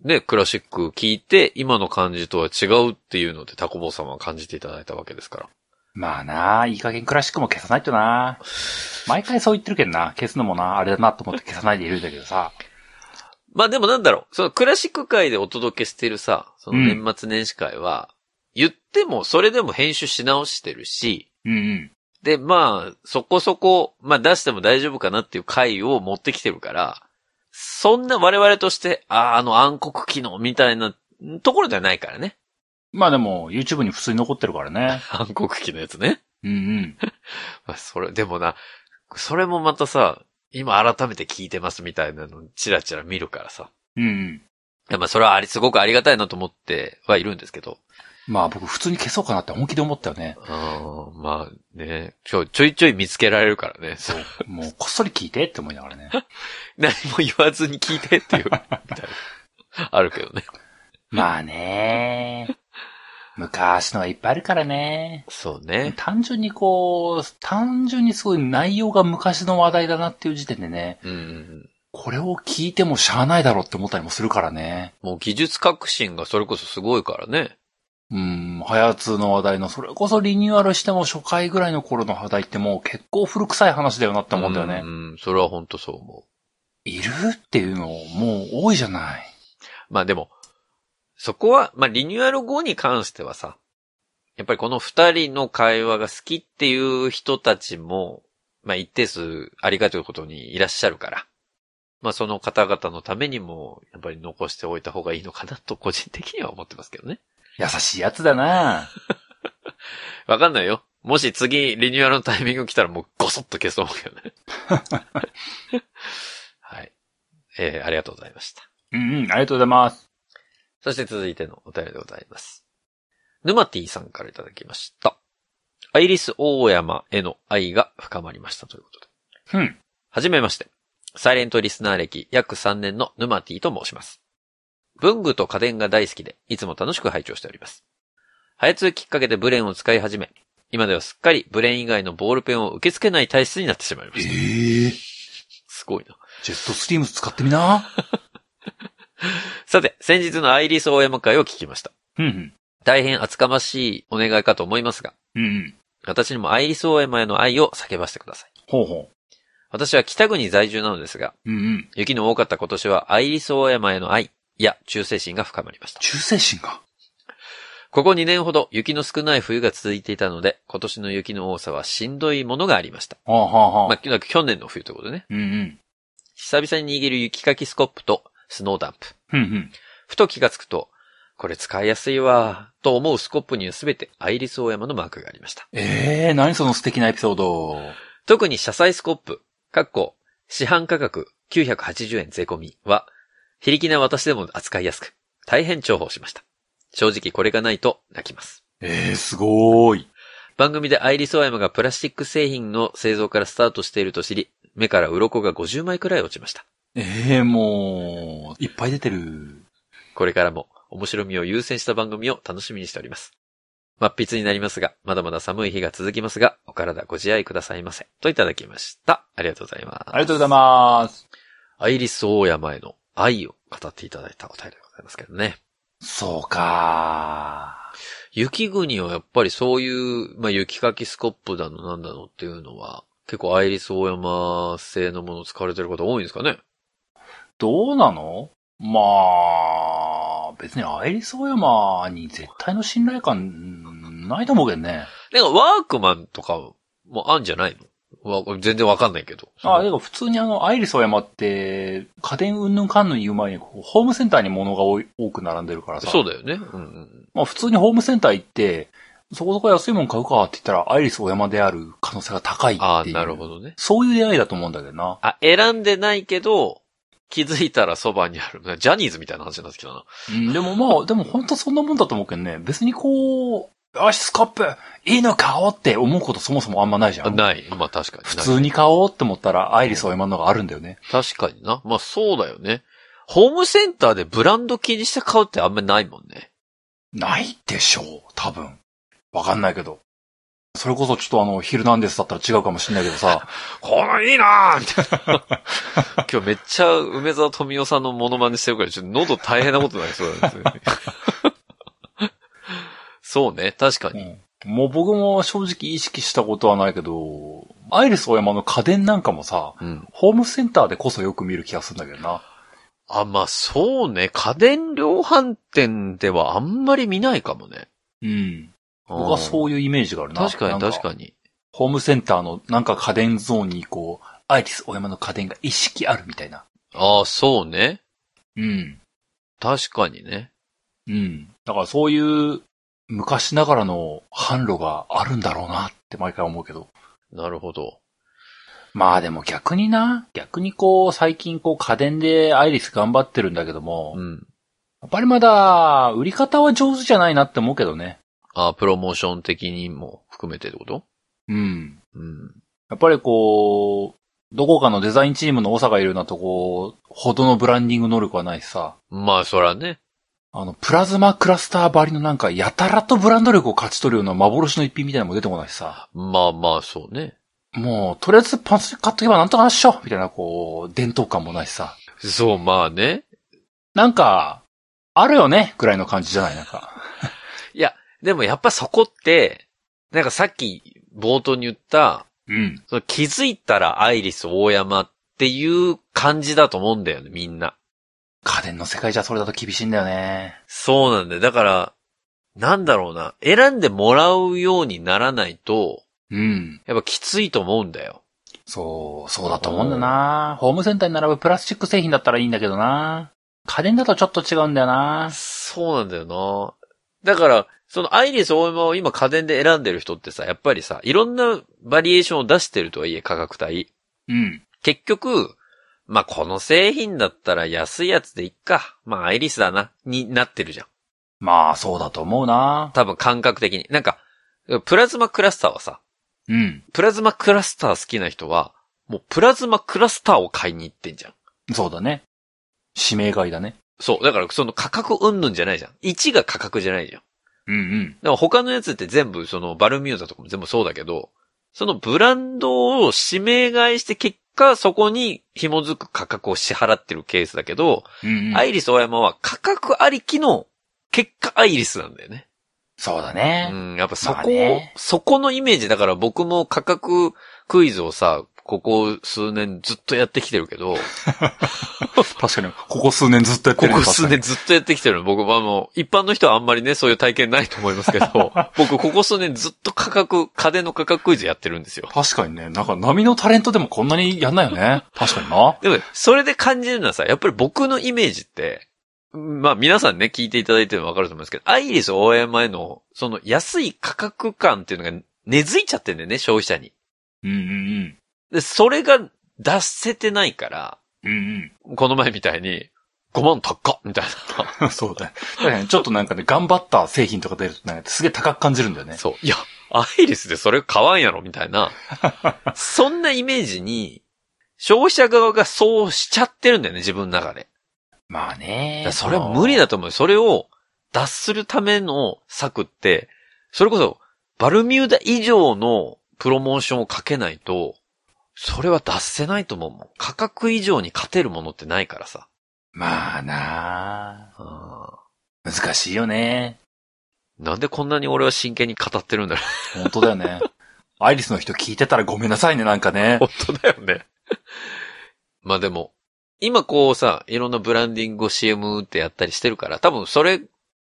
[SPEAKER 1] ね、クラシック聞いて今の感じとは違うっていうのでタコボーさんは感じていただいたわけですから。
[SPEAKER 2] まあなあ、いい加減クラシックも消さないとな。毎回そう言ってるけどな。消すのもな、あれだなと思って消さないでいるんだけどさ。
[SPEAKER 1] まあでもなんだろう、そのクラシック界でお届けしてるさ、その年末年始会は、言ってもそれでも編集し直してるし、
[SPEAKER 2] うんうん。
[SPEAKER 1] で、まあ、そこそこ、まあ出しても大丈夫かなっていう回を持ってきてるから、そんな我々として、ああ、あの暗黒機能みたいなところではないからね。
[SPEAKER 2] まあでも、YouTube に普通に残ってるからね。
[SPEAKER 1] 暗黒期のやつね。
[SPEAKER 2] うんうん。
[SPEAKER 1] まあそれ、でもな、それもまたさ、今改めて聞いてますみたいなのチラチラ見るからさ。
[SPEAKER 2] うんうん。
[SPEAKER 1] いやまあそれはあり、すごくありがたいなと思ってはいるんですけど。
[SPEAKER 2] まあ僕普通に消そうかなって本気で思ったよね。
[SPEAKER 1] あーまあね、ちょ、ちょいちょい見つけられるからね。そう。
[SPEAKER 2] もうこっそり聞いてって思いながらね。
[SPEAKER 1] 何も言わずに聞いてっていう、みたいな。あるけどね。
[SPEAKER 2] まあね。昔のがいっぱいあるからね。
[SPEAKER 1] そうね。
[SPEAKER 2] 単純にこう、単純にすごい内容が昔の話題だなっていう時点でね、
[SPEAKER 1] うんうんうん。
[SPEAKER 2] これを聞いてもしゃあないだろうって思ったりもするからね。
[SPEAKER 1] もう技術革新がそれこそすごいからね。
[SPEAKER 2] うん、ハヤツの話題の、それこそリニューアルしても初回ぐらいの頃の話題ってもう結構古臭い話だよなって思うんだよね
[SPEAKER 1] う。ん、それは本当そう思
[SPEAKER 2] いるっていうのもう多いじゃない。
[SPEAKER 1] う。まあでも、そこは、まあリニューアル後に関してはさ、やっぱりこの二人の会話が好きっていう人たちも、まあ一定数ありがたいことにいらっしゃるから、まあその方々のためにも、やっぱり残しておいた方がいいのかなと個人的には思ってますけどね。
[SPEAKER 2] 優しいやつだな
[SPEAKER 1] わかんないよ。もし次リニューアルのタイミング来たらもうごそっと消そう思うけどね。はい。えー、ありがとうございました。
[SPEAKER 2] うんうん、ありがとうございます。
[SPEAKER 1] そして続いてのお便りでございます。沼ティさんからいただきました。アイリス大山への愛が深まりましたということで。
[SPEAKER 2] うん。
[SPEAKER 1] はじめまして。サイレントリスナー歴約3年の沼ティと申します。文具と家電が大好きで、いつも楽しく拝聴しております。ハヤツーきっかけでブレンを使い始め、今ではすっかりブレーン以外のボールペンを受け付けない体質になってしまいま
[SPEAKER 2] ええ
[SPEAKER 1] した。
[SPEAKER 2] ー、
[SPEAKER 1] すごいな。
[SPEAKER 2] ジェットストリーム使ってみな。
[SPEAKER 1] さて、先日のアイリス大山会を聞きました。
[SPEAKER 2] うんうん。
[SPEAKER 1] 大変厚かましいお願いかと思いますが、
[SPEAKER 2] うんうん。
[SPEAKER 1] 私にもアイリス大山への愛を叫ばせてください。
[SPEAKER 2] ほうほ
[SPEAKER 1] 私は北国在住なのですが、
[SPEAKER 2] う。うんうん。
[SPEAKER 1] 雪の多かった今年はアイリス大山への愛、いや、忠誠心が深まりました。
[SPEAKER 2] 忠誠心が。
[SPEAKER 1] ここ2年ほど雪の少ない冬が続いていたので、今年の雪の多さはしんどいものがありました。
[SPEAKER 2] はあはあはあ。
[SPEAKER 1] まあ、去年の冬ということでね。
[SPEAKER 2] うんうん。
[SPEAKER 1] 久々に握る雪かきスコップとスノーダンプ。
[SPEAKER 2] うんうん。
[SPEAKER 1] ふと気がつくと、これ使いやすいわ、と思うスコップにはすべてアイリスオーヤマのマークがありました。
[SPEAKER 2] ええー、何その素敵なエピソード。
[SPEAKER 1] 特に車載スコップ、かっこ、市販価格980円税込みは、非力な私でも扱いやすく、大変重宝しました。正直これがないと泣きます。
[SPEAKER 2] ええー、すごーい。
[SPEAKER 1] 番組でアイリスオーヤマがプラスチック製品の製造からスタートしていると知り、目から鱗が50枚くらい落ちました。
[SPEAKER 2] ええー、もう、いっぱい出てる。
[SPEAKER 1] これからも面白みを優先した番組を楽しみにしております。抹筆になりますが、まだまだ寒い日が続きますが、お体ご自愛くださいませ。といただきました。ありがとうございます。
[SPEAKER 2] ありがとうございます。
[SPEAKER 1] アイリス大山への愛を語っていただいたお便りでございますけどね。
[SPEAKER 2] そうか
[SPEAKER 1] 雪国はやっぱりそういう、まあ、雪かきスコップだのなんだのっていうのは、結構アイリス大山製のものを使われてる方多いんですかね
[SPEAKER 2] どうなのまあ、別にアイリスオーヤマに絶対の信頼感ないと思うけどね。
[SPEAKER 1] なんかワークマンとかもあんじゃないのわ全然わかんないけど。
[SPEAKER 2] あ、でも普通にあの、アイリスオーヤマって、家電うんぬんかんぬん言う前に、こうホームセンターに物が多い多く並んでるからさ。
[SPEAKER 1] そうだよね。うんうん。
[SPEAKER 2] まあ普通にホームセンター行って、そこそこ安いもん買うかって言ったら、アイリスオーヤマである可能性が高いっていう。
[SPEAKER 1] ああ、なるほどね。
[SPEAKER 2] そういう出会いだと思うんだけどな。
[SPEAKER 1] あ、選んでないけど、気づいたらそばにある。ジャニーズみたいな話になってきたな。
[SPEAKER 2] うん、でもまあ、でも本当そんなもんだと思うけどね。別にこう、よし、スコップ、いいの買おうって思うことそもそもあんまないじゃ
[SPEAKER 1] あ
[SPEAKER 2] ん。
[SPEAKER 1] ない。まあ確かに。
[SPEAKER 2] 普
[SPEAKER 1] ない
[SPEAKER 2] 通に買おうって思ったら、アイリスオーヤマのがあるんだよね。
[SPEAKER 1] 確かにな。まあそうだよね。ホームセンターでブランド気にして買うってあんまりないもんね。
[SPEAKER 2] ないでしょう、多分。わかんないけど。それこそちょっとあの、ヒルナンデスだったら違うかもしれないけどさ、
[SPEAKER 1] このいいなーみたい な。今日めっちゃ梅沢富美男さんのモノマネしてるから、ちょっと喉大変なことになりそうだね。 そうね、確かに。
[SPEAKER 2] もう僕も正直意識したことはないけど、アイリスオーヤマの家電なんかもさ、
[SPEAKER 1] うん。
[SPEAKER 2] ホームセンターでこそよく見る気がするんだけどな。
[SPEAKER 1] あ、まあそうね、家電量販店ではあんまり見ないかもね。
[SPEAKER 2] うん。
[SPEAKER 1] 僕
[SPEAKER 2] 僕はそういうイメージがあるな。
[SPEAKER 1] 確かに
[SPEAKER 2] なん
[SPEAKER 1] 確かに。
[SPEAKER 2] ホームセンターのなんか家電ゾーンにこう、アイリスオーヤマの家電が一式あるみたいな。
[SPEAKER 1] ああ、そうね。
[SPEAKER 2] うん。
[SPEAKER 1] 確かにね。
[SPEAKER 2] うん。だからそういう昔ながらの販路があるんだろうなって毎回思うけど。
[SPEAKER 1] なるほど。
[SPEAKER 2] まあでも逆にな、逆にこう最近こう家電でアイリス頑張ってるんだけども、
[SPEAKER 1] うん。
[SPEAKER 2] やっぱりまだ売り方は上手じゃないなって思うけどね。
[SPEAKER 1] ああ、プロモーション的にも含めてってこと
[SPEAKER 2] うん。
[SPEAKER 1] うん。
[SPEAKER 2] やっぱりこう、どこかのデザインチームの長がいるようなとこほどのブランディング能力はないしさ、
[SPEAKER 1] まあ、そらね。
[SPEAKER 2] あの、プラズマクラスターばりのなんか、やたらとブランド力を勝ち取るような幻の一品みたいなのも出てこないしさ、
[SPEAKER 1] まあまあ、そうね。
[SPEAKER 2] もう、とりあえずパンツ買っとけばなんとかなっしょみたいな、こう、伝統感もないしさ、
[SPEAKER 1] そう、まあね。
[SPEAKER 2] なんか、あるよねぐらいの感じじゃないなんか。
[SPEAKER 1] いや、でもやっぱそこって、なんかさっき冒頭に言った、
[SPEAKER 2] うん。
[SPEAKER 1] その気づいたらアイリス大山っていう感じだと思うんだよね、みんな。
[SPEAKER 2] 家電の世界じゃそれだと厳しいんだよね。
[SPEAKER 1] そうなんだよ。だから、なんだろうな。選んでもらうようにならないと、
[SPEAKER 2] うん。
[SPEAKER 1] やっぱきついと思うんだよ。
[SPEAKER 2] そう、そうだと思うんだな。ホームセンターに並ぶプラスチック製品だったらいいんだけどな。家電だとちょっと違うんだよな。
[SPEAKER 1] そうなんだよな。だから、そのアイリス大山を今家電で選んでる人ってさ、やっぱりさ、いろんなバリエーションを出してるとはいえ、価格帯。
[SPEAKER 2] うん。
[SPEAKER 1] 結局、まあ、この製品だったら安いやつでいっか。まあ、アイリスだな、になってるじゃん。
[SPEAKER 2] まあ、そうだと思うな。
[SPEAKER 1] 多分感覚的に。なんか、プラズマクラスターはさ、
[SPEAKER 2] うん。
[SPEAKER 1] プラズマクラスター好きな人は、もうプラズマクラスターを買いに行ってんじゃん。
[SPEAKER 2] そうだね。指名買いだね。
[SPEAKER 1] そう。だから、その価格うんぬんじゃないじゃん。1が価格じゃないじゃん。
[SPEAKER 2] うんうん。
[SPEAKER 1] でも他のやつって全部、そのバルミューザとかも全部そうだけど、そのブランドを指名買いして結果そこに紐づく価格を支払ってるケースだけど、
[SPEAKER 2] うんうん
[SPEAKER 1] アイリスオーヤマは価格ありきの結果アイリスなんだよね。
[SPEAKER 2] そうだ
[SPEAKER 1] う
[SPEAKER 2] ね。
[SPEAKER 1] ん、やっぱそこ、
[SPEAKER 2] まあね
[SPEAKER 1] そこのイメージだから僕も価格クイズをさ、ここ数年ずっとやってきてるけど、
[SPEAKER 2] 確かに、ここ数年ずっとやっ
[SPEAKER 1] こ
[SPEAKER 2] てる、ね。
[SPEAKER 1] こ数年ずっとやってきてるの。僕はもう、一般の人はあんまりね、そういう体験ないと思いますけど、僕ここ数年ずっと価格、家電の価格クイズやってるんですよ。
[SPEAKER 2] 確かにね、なんか波のタレントでもこんなにやんないよ ね。確かにな。
[SPEAKER 1] でも、それで感じるのはさ、やっぱり僕のイメージって、まあ皆さんね、聞いていただいてるのわかると思うんですけど、アイリス大山への、その安い価格感っていうのが根付いちゃってんだよね、消費者に。
[SPEAKER 2] うんうん
[SPEAKER 1] で、それが出せてないから、
[SPEAKER 2] うん。うん
[SPEAKER 1] この前みたいに、5万高っみたい
[SPEAKER 2] うん。 そうだね。確かにちょっとなんかね、頑張った製品とか出るとなんかすげえ高く感じるんだよ
[SPEAKER 1] な。
[SPEAKER 2] ね。
[SPEAKER 1] そう。いや、アイリスでそれ買わんやろみたい な。そんなイメージに、消費者側がそうしちゃってるんだよね、自分の中で。
[SPEAKER 2] まあ
[SPEAKER 1] だ
[SPEAKER 2] ね
[SPEAKER 1] から。それは無理だと思う。それを脱するための策って、それこそ、バルミューダ以上のプロモーションをかけないと、それは脱せないと思うもん。価格以上に勝てるものってないからさ。
[SPEAKER 2] まあなあ難しいよね。
[SPEAKER 1] なんでこんなに俺は真剣に語ってるんだろ
[SPEAKER 2] 本当だよね。 アイリスの人聞いてたらごめんなさいね、なんかね
[SPEAKER 1] う。。 本当だよね。まあでも、今こうさ、いろんなブランディングを CM ってやったりしてるから、多分それ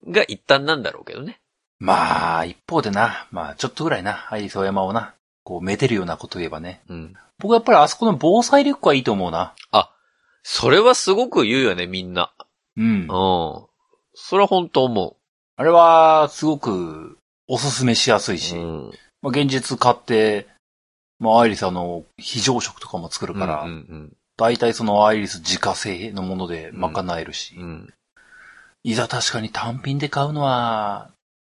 [SPEAKER 1] が一旦なんだろうけどね。
[SPEAKER 2] まあ、一方でな、まあ、ちょっとぐらいな、アイリス大山をな、こう、めでるようなこと言えばね。
[SPEAKER 1] うん。
[SPEAKER 2] 僕はやっぱりあそこの防災リュックはいいと思うな。
[SPEAKER 1] それはすごく言うよね、みんな。
[SPEAKER 2] うん
[SPEAKER 1] う。ん。それは本当思。
[SPEAKER 2] あれは、すごく、おすすめしやすいうし、
[SPEAKER 1] ん。
[SPEAKER 2] まあ、現実買って、まあ、アイリスあの、非常食とかも作るから、
[SPEAKER 1] うんうん
[SPEAKER 2] 大体そのアイリス自家製のもので賄えるし、
[SPEAKER 1] うんうん。
[SPEAKER 2] いざ確かに単品で買うのは、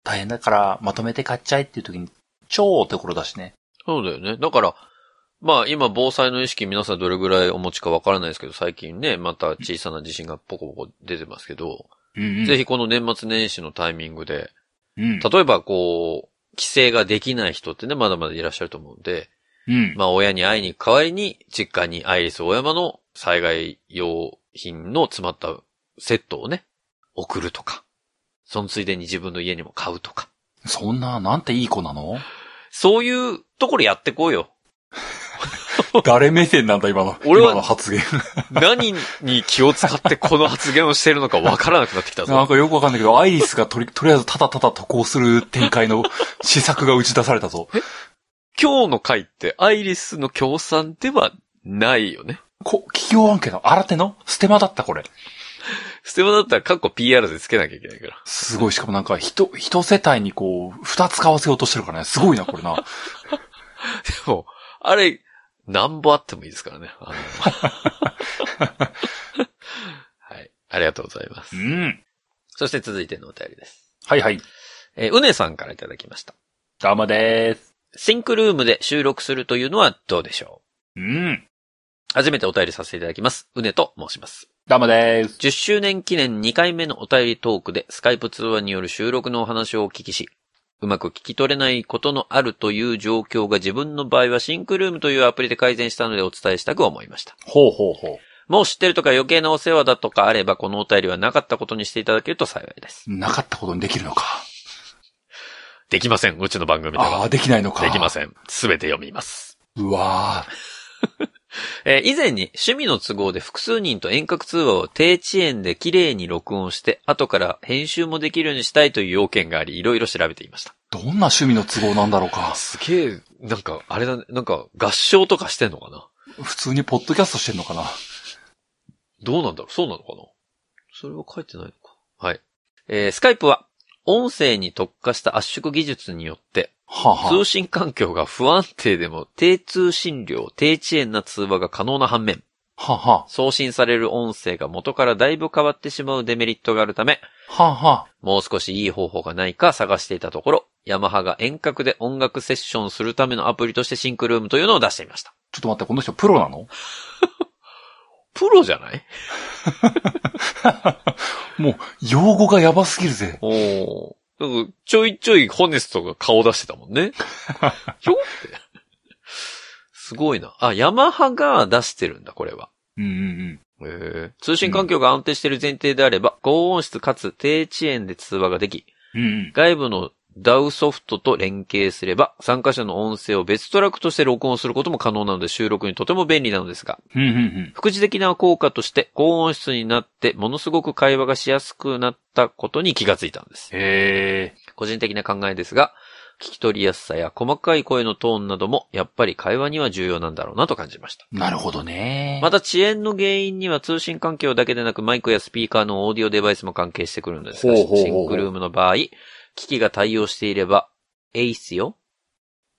[SPEAKER 2] 大変だから、まとめて買っちゃえっていう時に、超お手頃だしね。
[SPEAKER 1] そうだよね。だから、まあ今防災の意識皆さんどれぐらいお持ちかわからないですけど、最近ね、また小さな地震がポコポコ出てますけど、
[SPEAKER 2] うん、
[SPEAKER 1] ぜひこの年末年始のタイミングで、
[SPEAKER 2] うん。
[SPEAKER 1] 例えばこう、帰省ができない人ってね、まだまだいらっしゃると思うんで、
[SPEAKER 2] うん。
[SPEAKER 1] まあ親に会いに行く代わりに、実家にアイリス大山の災害用品の詰まったセットをね、送るとか、そのついでに自分の家にも買うとか、
[SPEAKER 2] そんな、なんていい子なの
[SPEAKER 1] そういうところやってこうよ。
[SPEAKER 2] 誰目線なんだ、今の。
[SPEAKER 1] 俺は
[SPEAKER 2] 今の発言。
[SPEAKER 1] 何に気を使ってこの発言をしてるのかわからなくなってきた
[SPEAKER 2] なん
[SPEAKER 1] ぞ。
[SPEAKER 2] かよくわかんないけど、アイリスがとり、とりあえずただただ渡航する展開の試作が打ち出されたぞ。
[SPEAKER 1] 今日の回ってアイリスの協賛ではないよね。
[SPEAKER 2] こ、企業案件の新手のステマだった、これ。
[SPEAKER 1] ステマだったらカッコ PR でつけなきゃいけないから。
[SPEAKER 2] すごい、しかもなんか、一、一世帯にこう、二つ買わせようとしてるからね。すごいな、これな。
[SPEAKER 1] でも、あれ、なんぼあってもいいですからね。あのはい。ありがとうございます。
[SPEAKER 2] ん。
[SPEAKER 1] そして続いてのお便りです。
[SPEAKER 2] はいはい。
[SPEAKER 1] えーうねさんからいただきました。
[SPEAKER 2] どうもでーす。
[SPEAKER 1] シンクルームで収録するというのはどうでしょう
[SPEAKER 2] うん。
[SPEAKER 1] 初めてお便りさせていただきます。うねと申します。
[SPEAKER 2] どうもでーす。
[SPEAKER 1] 10周年記念2回目のお便りトークでスカイプ通話による収録のお話をお聞きし、うまく聞き取れないことのあるという状況が自分の場合はシンクルームというアプリで改善したのでお伝えしたく思いました。
[SPEAKER 2] ほうほうほ
[SPEAKER 1] もう知ってるとか余計なお世話だとかあれば、このお便りはなかったことにしていただけると幸いです。
[SPEAKER 2] う。なかったことにできるのか。
[SPEAKER 1] できません。うちの番組で
[SPEAKER 2] あ
[SPEAKER 1] は。
[SPEAKER 2] あ、できないのか。
[SPEAKER 1] できま
[SPEAKER 2] ん。
[SPEAKER 1] せん。すべて読みます。
[SPEAKER 2] うわ
[SPEAKER 1] えー以前に趣味の都合で複数人と遠隔通話を低遅延で綺麗に録音して、後から編集もできるようにしたいという要件があり、いろいろ調べていました。
[SPEAKER 2] ーどんな趣味の都合なんだろうか。
[SPEAKER 1] すげえ、なんか、あれだね、なんか合唱とかしてんのかな
[SPEAKER 2] 普通にポッドキャストしてんのかな。
[SPEAKER 1] どうなんだろうそうなのかなそれは書いてないのか。はい。えースカイプは、音声に特化した圧縮技術によって、
[SPEAKER 2] はあ、は
[SPEAKER 1] 通信環境が不安定でも低通信量、低遅延な通話が可能な反面、
[SPEAKER 2] あ、はあ、は
[SPEAKER 1] 送信される音声が元からだいぶ変わってしまうデメリットがあるため、
[SPEAKER 2] あ、はあ、はあ。
[SPEAKER 1] もう少しいい方法がないか探していたところ、ヤマハが遠隔で音楽セッションするためのアプリとしてシンクルームというのを出してみました。
[SPEAKER 2] ちょっと待って、この人プロなの
[SPEAKER 1] プロじゃない
[SPEAKER 2] もう、用語がやばすぎるぜ。
[SPEAKER 1] おーなんか、ちょいちょいホネストが顔出してたもん ね。ひょって。すごいな。あ、ヤマハが出してるんだ、これは。
[SPEAKER 2] うんうん
[SPEAKER 1] へえ通信環境が安定している前提であれば、高音質かつ低遅延で通話ができ、
[SPEAKER 2] うん。うん
[SPEAKER 1] 外部の DAW ソフトと連携すれば、参加者の音声を別トラックとして録音することも可能なので収録にとても便利なのですが、
[SPEAKER 2] うん。うんうん
[SPEAKER 1] 副次的な効果として高音質になって、ものすごく会話がしやすくなったことに気がついたんです。
[SPEAKER 2] へえ。
[SPEAKER 1] 個人的な考えですが、聞き取りやすさや細かい声のトーンなども、やっぱり会話には重要なんだろうなと感じました。
[SPEAKER 2] なるほどね。
[SPEAKER 1] また遅延の原因には通信環境だけでなくマイクやスピーカーのオーディオデバイスも関係してくるのですが、
[SPEAKER 2] ほうほうほう
[SPEAKER 1] シンクルームの場合、機器が対応していれば、エイスよ、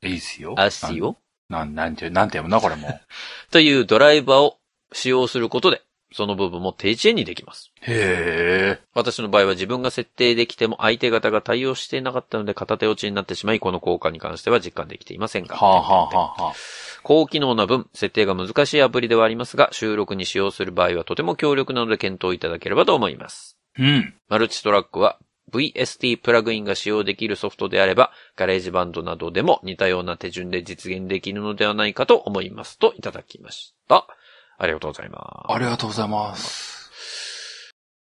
[SPEAKER 2] いいっすよ。
[SPEAKER 1] アッシよ、
[SPEAKER 2] なん、なんて、なんて読むな、これも。
[SPEAKER 1] というドライバーを使用することで、その部分も低遅延にできます。
[SPEAKER 2] へえ。
[SPEAKER 1] 私の場合は自分が設定できても相手方が対応していなかったので片手落ちになってしまい、この効果に関しては実感できていませんが。
[SPEAKER 2] はあ、はあはあはあ、
[SPEAKER 1] 高機能な分、設定が難しいアプリではありますが、収録に使用する場合はとても強力なので検討いただければと思います。
[SPEAKER 2] うん。
[SPEAKER 1] マルチトラックは VST プラグインが使用できるソフトであれば、ガレージバンドなどでも似たような手順で実現できるのではないかと思いますといただきました。ありがとうございます。
[SPEAKER 2] ありがとうございます。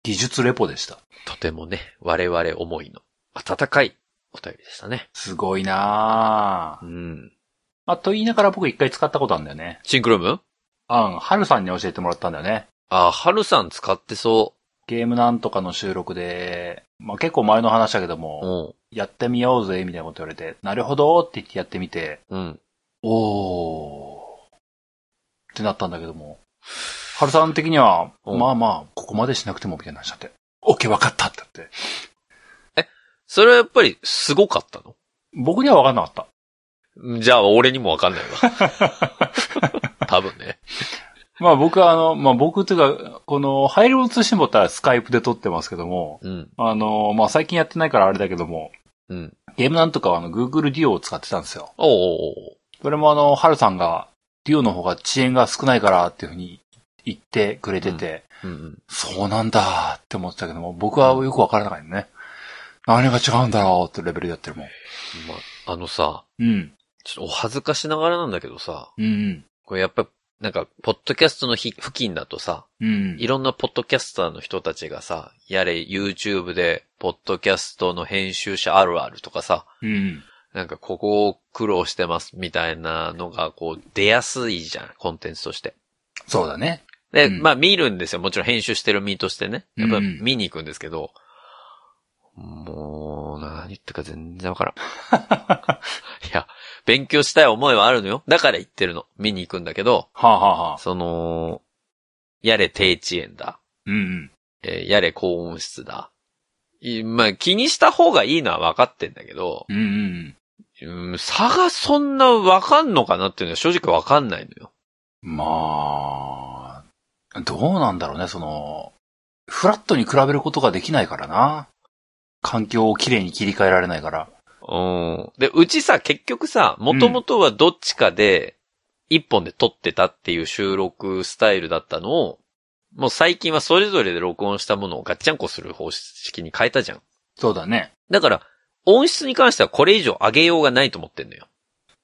[SPEAKER 2] 技術レポでした。
[SPEAKER 1] とてもね、我々思いの温かいお便りでしたね。
[SPEAKER 2] すごいな
[SPEAKER 1] う
[SPEAKER 2] ぁ。
[SPEAKER 1] ん。
[SPEAKER 2] まあ、と言いながら僕一回使ったことあるんだよね。
[SPEAKER 1] シンクルーム
[SPEAKER 2] あん、はるさんに教えてもらったんだよね。
[SPEAKER 1] あ、ハルさん使ってそ
[SPEAKER 2] ゲームなんとかの収録で、まあ、結構前の話だけど
[SPEAKER 1] う。う
[SPEAKER 2] も、
[SPEAKER 1] ん。
[SPEAKER 2] やってみようぜ、みたいなこと言われて、なるほどって言ってやってみて、
[SPEAKER 1] うん。
[SPEAKER 2] おー。ってなったんだけども。春さん的には、
[SPEAKER 1] うん
[SPEAKER 2] まあまあ、ここまでしなくてもみたいな話だって。オッケーわかったってなって。
[SPEAKER 1] それはやっぱりすごかったの
[SPEAKER 2] 僕にはわかんなかった。
[SPEAKER 1] じゃあ、俺にもわかんないわ。 多分ね。
[SPEAKER 2] まあ僕はあの、まあ僕というか、この、ハイロー通信簿ってスカイプで撮ってますけども、
[SPEAKER 1] うん。
[SPEAKER 2] あの、まあ最近やってないからあれだけども、
[SPEAKER 1] うん。
[SPEAKER 2] ゲームなんとかはあの、Google Duo を使ってたんですよ。
[SPEAKER 1] おうおうおう
[SPEAKER 2] それもあの、春さんが、Duo の方が遅延が少ないからっていうふうに言ってくれてて、
[SPEAKER 1] うんうん。
[SPEAKER 2] そうなんだって思ってたけども、僕はよくわからなかったね。何が違うんだろうってレベルでやってるもん。
[SPEAKER 1] まあ、あのさ、
[SPEAKER 2] うん。
[SPEAKER 1] ちょっとお恥ずかしながらなんだけどさ、
[SPEAKER 2] うん
[SPEAKER 1] これやっぱ、なんか、ポッドキャストの日付近だとさ、
[SPEAKER 2] うん。うん
[SPEAKER 1] い。ろんなポッドキャスターの人たちがさ、やれ YouTube で、ポッドキャストの編集者あるあるとかさ、
[SPEAKER 2] うん。
[SPEAKER 1] なんかここを苦労してますみたいなのがこう出やすいじゃん、コンテンツとして。
[SPEAKER 2] そうだね。
[SPEAKER 1] で、
[SPEAKER 2] うん
[SPEAKER 1] まあ見るんですよ。もちろん編集してる身としてね。やっぱ
[SPEAKER 2] うん
[SPEAKER 1] 見に行くんですけど、もう、何言ってるか全然わからん。 いや、勉強したい思いはあるのよ。だから行ってるの。見に行くんだけど、
[SPEAKER 2] はあ、はあはあ、
[SPEAKER 1] その、やれ低遅延だ。
[SPEAKER 2] うんうん。
[SPEAKER 1] えーやれ高音質だ。いまあ気にした方がいいのは分かってんだけど、
[SPEAKER 2] うんうん。
[SPEAKER 1] うん、差がそんな分かんのかなっていうのは正直分かんないのよ。
[SPEAKER 2] まあ、どうなんだろうね、その、フラットに比べることができないからな。環境をきれいに切り替えられないから。
[SPEAKER 1] うん。で、うちさ、結局さ、もともとはどっちかで、一本で撮ってたっていう収録スタイルだったのを、もう最近はそれぞれで録音したものをガッチャンコする方式に変えたじゃん。
[SPEAKER 2] そうだね。
[SPEAKER 1] だから、音質に関してはこれ以上上げようがないと思ってんのよ。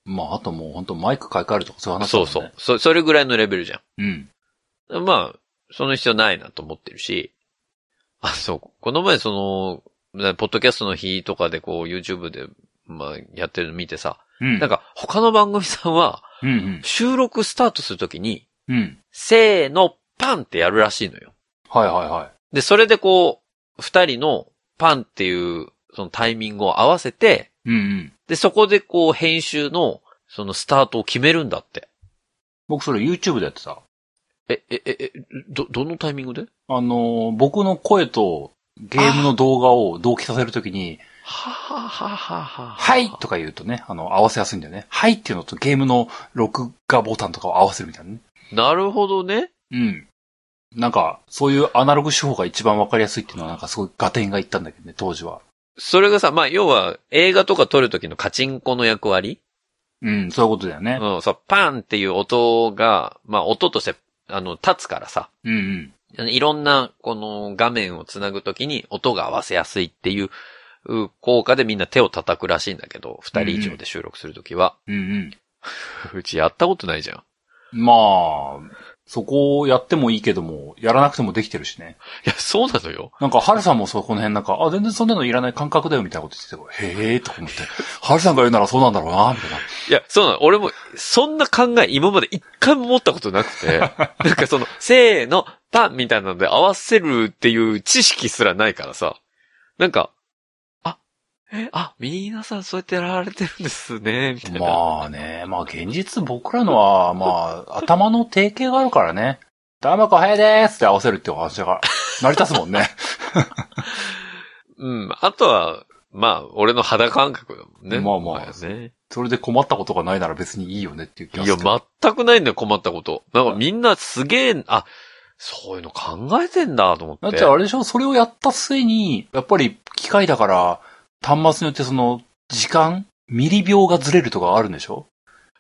[SPEAKER 2] まあ、あともう本当マイク買い替えるとかそういう話だ
[SPEAKER 1] そ
[SPEAKER 2] も
[SPEAKER 1] うん
[SPEAKER 2] ね。
[SPEAKER 1] そう。そ、それぐらいのレベルじゃ
[SPEAKER 2] うん。
[SPEAKER 1] ん。まあ、その必要ないなと思ってるし、あ、そう、この前その、なポッドキャストの日とかでこう YouTube で、まあ、やってるの見てさ、
[SPEAKER 2] うん。
[SPEAKER 1] なんか他の番組さんは、
[SPEAKER 2] うんうん。
[SPEAKER 1] 収録スタートするときに、
[SPEAKER 2] うん。
[SPEAKER 1] せーの、パンってやるらしいのよ。
[SPEAKER 2] はいはいはい。
[SPEAKER 1] で、それでこう、二人のパンっていう、そのタイミングを合わせて、
[SPEAKER 2] うんうん。
[SPEAKER 1] で、そこでこう、編集の、そのスタートを決めるんだって。
[SPEAKER 2] 僕それ YouTube でやってた。
[SPEAKER 1] え、え、え、え、ど、どのタイミングで
[SPEAKER 2] あのー、僕の声とゲームの動画を同期させるときに、
[SPEAKER 1] ははははは
[SPEAKER 2] はいとか言うとね、あの、合わせやすいんだよね。はいっていうのとゲームの録画ボタンとかを合わせるみたいなね。
[SPEAKER 1] なるほどね。
[SPEAKER 2] うん。なんか、そういうアナログ手法が一番わかりやすいっていうのはなんかすごいガテンがいったんだけどね、当時は。
[SPEAKER 1] それがさ、まあ、要は、映画とか撮るときのカチンコの役割
[SPEAKER 2] うん、そういうことだよね。
[SPEAKER 1] うん、そう、パンっていう音が、まあ、音として、あの、立つからさ。
[SPEAKER 2] うんうん。
[SPEAKER 1] いろんな、この画面をつなぐときに音が合わせやすいっていうう効果でみんな手を叩くらしいんだけど、二人以上で収録するときは。
[SPEAKER 2] うん
[SPEAKER 1] うちやったことないじゃん。
[SPEAKER 2] うん。まあ、そこをやってもいいけども、やらなくてもできてるしね。
[SPEAKER 1] いや、そうなのよ。
[SPEAKER 2] なんか、春さんもそう、この辺なんか、あ、全然そんなのいらない感覚だよ、みたいなこと言ってて、へえーとか思って、春さんが言うならそうなんだろうな、みたいな。
[SPEAKER 1] いや、そうなの。俺も、そんな考え今まで一回も持ったことなくて、なんかその、せーの、パンみたいなので合わせるっていう知識すらないからさ、なんか、あ、え、あ、皆さんそうやってやられてるんですね、みたいな。
[SPEAKER 2] まあね、まあ現実僕らのは、まあ、頭の定型があるからね。ダーマコ早いでーすって合わせるってお話が成り立つもん ね。
[SPEAKER 1] うん。あとは、まあ、俺の肌感覚だもんね。
[SPEAKER 2] まあまあ
[SPEAKER 1] もはやね。
[SPEAKER 2] それで困ったことがないなら別にいいよねっていう気が
[SPEAKER 1] い
[SPEAKER 2] す
[SPEAKER 1] や、
[SPEAKER 2] る。
[SPEAKER 1] 全くないんだよ、困ったこと。なんかみんなすげえ、あ、そういうの考えてんだと思って。
[SPEAKER 2] だってあれでしょそれをやった末に、やっぱり機械だから、端末によってその、時間ミリ秒がずれるとかあるんでしょ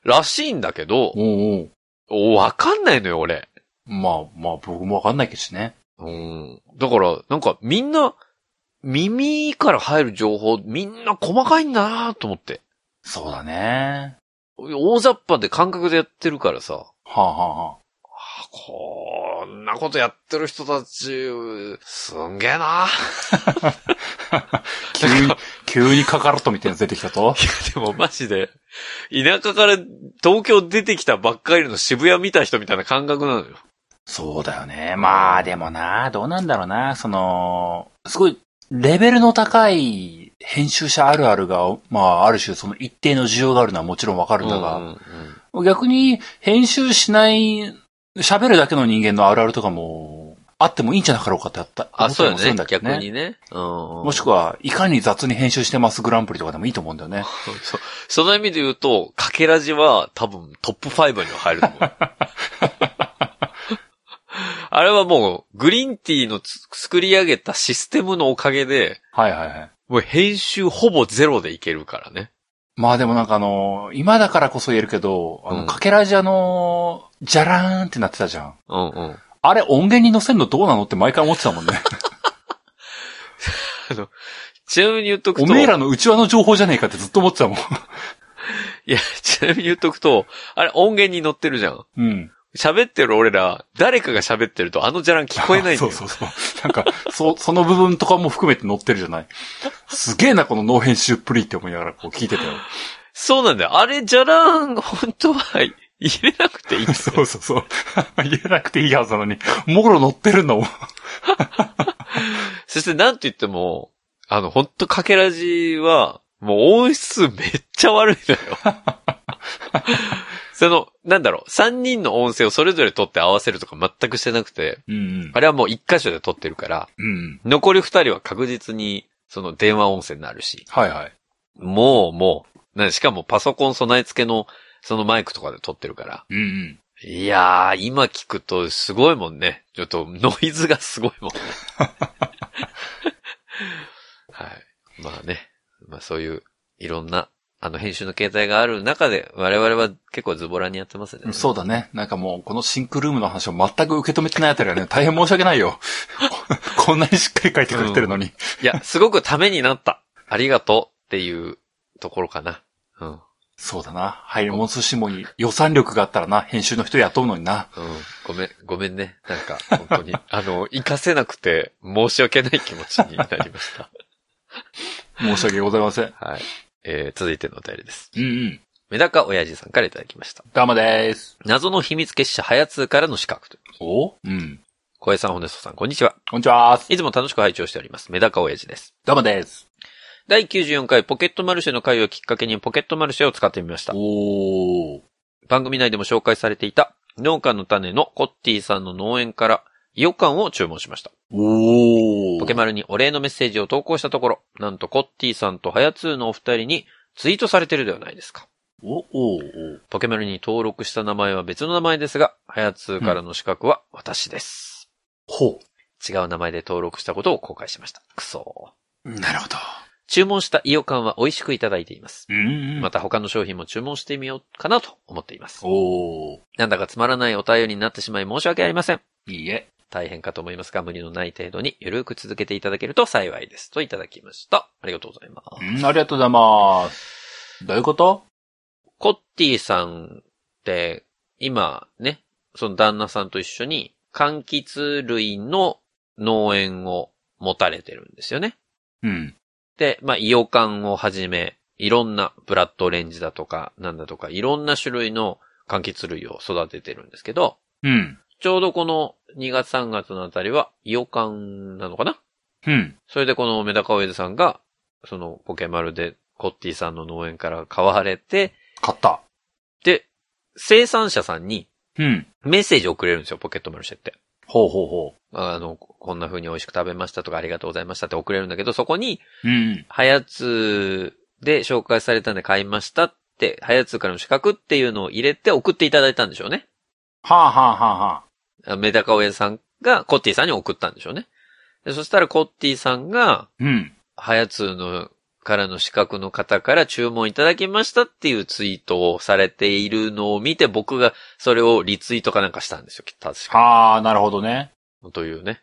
[SPEAKER 1] らしいんだけど、
[SPEAKER 2] おうおう
[SPEAKER 1] おわかんないのよ、俺。
[SPEAKER 2] まあまあ僕もわかんないけどしね。
[SPEAKER 1] うん。だから、なんかみんな、耳から入る情報、みんな細かいんだなと思って。
[SPEAKER 2] そうだね。
[SPEAKER 1] 大雑把で感覚でやってるからさ。
[SPEAKER 2] はあ、はあ はあ、
[SPEAKER 1] あこんなことやってる人たち、すんげえな
[SPEAKER 2] 急に、急にカカロットみたいなの出てきたと
[SPEAKER 1] いや、でもマジで、田舎から東京出てきたばっかりの渋谷見た人みたいな感覚なのよ。
[SPEAKER 2] そうだよね。まあ、でもな、どうなんだろうな。その、すごい、レベルの高い編集者あるあるが、まあ、ある種、その一定の需要があるのはもちろんわかるんだ
[SPEAKER 1] うんう
[SPEAKER 2] が、
[SPEAKER 1] んうん
[SPEAKER 2] 逆に、編集しない、喋るだけの人間のあるあるとかも、あってもいいんじゃなかろうかってあった。
[SPEAKER 1] あ、そうよ
[SPEAKER 2] 思ったりもする
[SPEAKER 1] ね
[SPEAKER 2] んだ。けど
[SPEAKER 1] 逆にね。うんうん
[SPEAKER 2] もしくは、いかに雑に編集してますグランプリとかでもいいと思うんだよね。
[SPEAKER 1] そその意味で言うと、かけらじは多分トップ5には入ると 思う。あれはもう、グリーンティーのつ作り上げたシステムのおかげで、
[SPEAKER 2] はいはいはい。
[SPEAKER 1] もう編集ほぼゼロでいけるからね。
[SPEAKER 2] まあでもなんかあの、今だからこそ言えるけど、あ
[SPEAKER 1] うん
[SPEAKER 2] の、かけらじあの、じゃらーんってなってたじゃん。
[SPEAKER 1] うんうん。
[SPEAKER 2] あれ音源に載せんのどうなのって毎回思ってた もんね。
[SPEAKER 1] ちなみに言っとくと。
[SPEAKER 2] おめえらの内輪の情報じゃねえかってずっと思ってたもん。
[SPEAKER 1] いや、ちなみに言っとくと、あれ音源に載ってるじゃん。
[SPEAKER 2] うん。
[SPEAKER 1] 喋ってる俺ら、誰かが喋ってるとあのじゃらん聞こえないんだ
[SPEAKER 2] そう
[SPEAKER 1] よ。
[SPEAKER 2] そうそう。なんか、そ、その部分とかも含めて載ってるじゃない。すげえな、この脳編集っぷりって思いながらこう聞いてたよ。
[SPEAKER 1] そうなんだよ。あれじゃらん、本当は入れなくていい。
[SPEAKER 2] そうそうそう。言えなくていいはずなのに、もろ載ってるんだもん。
[SPEAKER 1] そしてなんと言っても、あの、本当かけらじは、もう音質めっちゃ悪いのよ。 その、なんだろう、3人の音声をそれぞれ取って合わせるとか全くしてなくて、
[SPEAKER 2] うん
[SPEAKER 1] あれはもう1箇所で取ってるから、
[SPEAKER 2] うん。うん。
[SPEAKER 1] 残り2人は確実に、その電話音声になるし。
[SPEAKER 2] はいはい。
[SPEAKER 1] もう、もう、なんしかもパソコン備え付けの、そのマイクとかで撮ってるから。
[SPEAKER 2] うんうん。
[SPEAKER 1] いやー、今聞くとすごいもんね。ちょっとノイズがすごいもん ね。はい。まあね。まあそういう、いろんな、あの編集の形態がある中で、我々は結構ズボラにやってますね。
[SPEAKER 2] そうだね。なんかもう、このシンクルームの話を全く受け止めてないあたりはね、大変申し訳ないよ。こ んなにしっかり書いてくれてるのに。
[SPEAKER 1] いや、すごくためになった。ありがとうっていうところかな。うん。うん。
[SPEAKER 2] そうだな。はい、モンスシモに予算力があったらな、編集の人雇うのにな。
[SPEAKER 1] ごめん、ごめんね。なんか、本当 に。あの、活かせなくて申し訳ない気持ちになりました。
[SPEAKER 2] 申し訳ございません。
[SPEAKER 1] はい。えー、続いてのお便りです。
[SPEAKER 2] うんうん。
[SPEAKER 1] メダカ親父さんからいただきました。
[SPEAKER 2] ダマでーす。
[SPEAKER 1] 謎の秘密結社、ハヤツーからの資格という。
[SPEAKER 2] おうん。
[SPEAKER 1] 小江さん、ホネストさん、こんにちは。
[SPEAKER 2] こんにちはーす。
[SPEAKER 1] いつも楽しく拝聴しております。メダカ親父です。
[SPEAKER 2] ダマでーす。
[SPEAKER 1] 第94回ポケットマルシェの回をきっかけにポケットマルシェを使ってみました。
[SPEAKER 2] おー。
[SPEAKER 1] 番組内でも紹介されていた農家の種のコッティさんの農園から、イオカンを注文しました。
[SPEAKER 2] おー。
[SPEAKER 1] ポケマルにお礼のメッセージを投稿したところ、なんとコッティさんとハヤツーのお二人にツイートされてるではないですか。
[SPEAKER 2] お、おー。
[SPEAKER 1] ポケマルに登録した名前は別の名前ですが、ハヤツーからの資格は私です。
[SPEAKER 2] ほ
[SPEAKER 1] 違う名前で登録したことを公開しました。くそー。
[SPEAKER 2] う。なるほど。
[SPEAKER 1] 注文したイオカンは美味しくいただいています。
[SPEAKER 2] うん
[SPEAKER 1] また他の商品も注文してみようかなと思っています。
[SPEAKER 2] おー。
[SPEAKER 1] なんだかつまらないお便りになってしまい申し訳ありません。
[SPEAKER 2] いいえ。
[SPEAKER 1] 大変かと思いますが、無理のない程度にゆるく続けていただけると幸いです。といただきました。ありがとうございます。
[SPEAKER 2] うん、ありがとうございます。どういうこと
[SPEAKER 1] コッティさんって、今ね、その旦那さんと一緒に、柑橘類の農園を持たれてるんですよね。
[SPEAKER 2] うん。
[SPEAKER 1] で、まあ、イオカンをはじめ、いろんなブラッドオレンジだとか、なんだとか、いろんな種類の柑橘類を育ててるんですけど、
[SPEAKER 2] うん。
[SPEAKER 1] ちょうどこの2月3月のあたりは、イオカンなのかな
[SPEAKER 2] うん。
[SPEAKER 1] それでこのメダカウェズさんが、そのポケマルでコッティさんの農園から買われて、
[SPEAKER 2] 買った。
[SPEAKER 1] で、生産者さんに
[SPEAKER 2] うん。
[SPEAKER 1] メッセージをくれるんですよ、ポケットマルシェって。
[SPEAKER 2] ほうほうほ
[SPEAKER 1] あの、こんな風に美味しく食べましたとかありがとうございましたって送れるんだけど、そこに、
[SPEAKER 2] う。うん。
[SPEAKER 1] ハヤツーで紹介されたんで買いましたって、ハヤツーからの資格っていうのを入れて送っていただいたんでしょうね。
[SPEAKER 2] はあ、はあはあはあ、
[SPEAKER 1] あメダカ親さんがコッティさんに送ったんでしょうね。でそしたらコッティさんが、
[SPEAKER 2] うん。
[SPEAKER 1] ハヤツーのからの資格の方から注文いただきましたっていうツイートをされているのを見て、僕がそれをリツイートかなんかしたんですよ、確か。
[SPEAKER 2] はあ、なるほどね。
[SPEAKER 1] というね。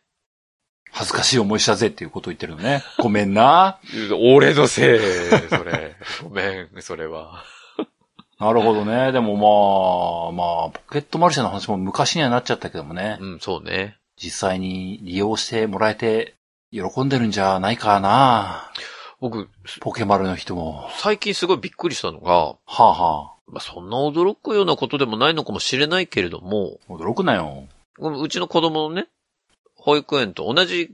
[SPEAKER 2] 恥ずかしい思いしたぜっていうことを言ってるのね。 ごめんな。
[SPEAKER 1] 俺の せい、それ。ごめん、それは。
[SPEAKER 2] なるほどね。でもまあ、まあ、ポケットマルシェの話も昔にはなっちゃったけどもね。
[SPEAKER 1] うん、そうね。
[SPEAKER 2] 実際に利用してもらえて、喜んでるんじゃないかな。
[SPEAKER 1] 僕、
[SPEAKER 2] ポケマルの人も。
[SPEAKER 1] 最近すごいびっくりしたのが、
[SPEAKER 2] はあは
[SPEAKER 1] まあ、そんな驚くようなことでもないのかもしれないけれども、
[SPEAKER 2] あ。驚くなよ。
[SPEAKER 1] うちの子供のね、保育園と同じ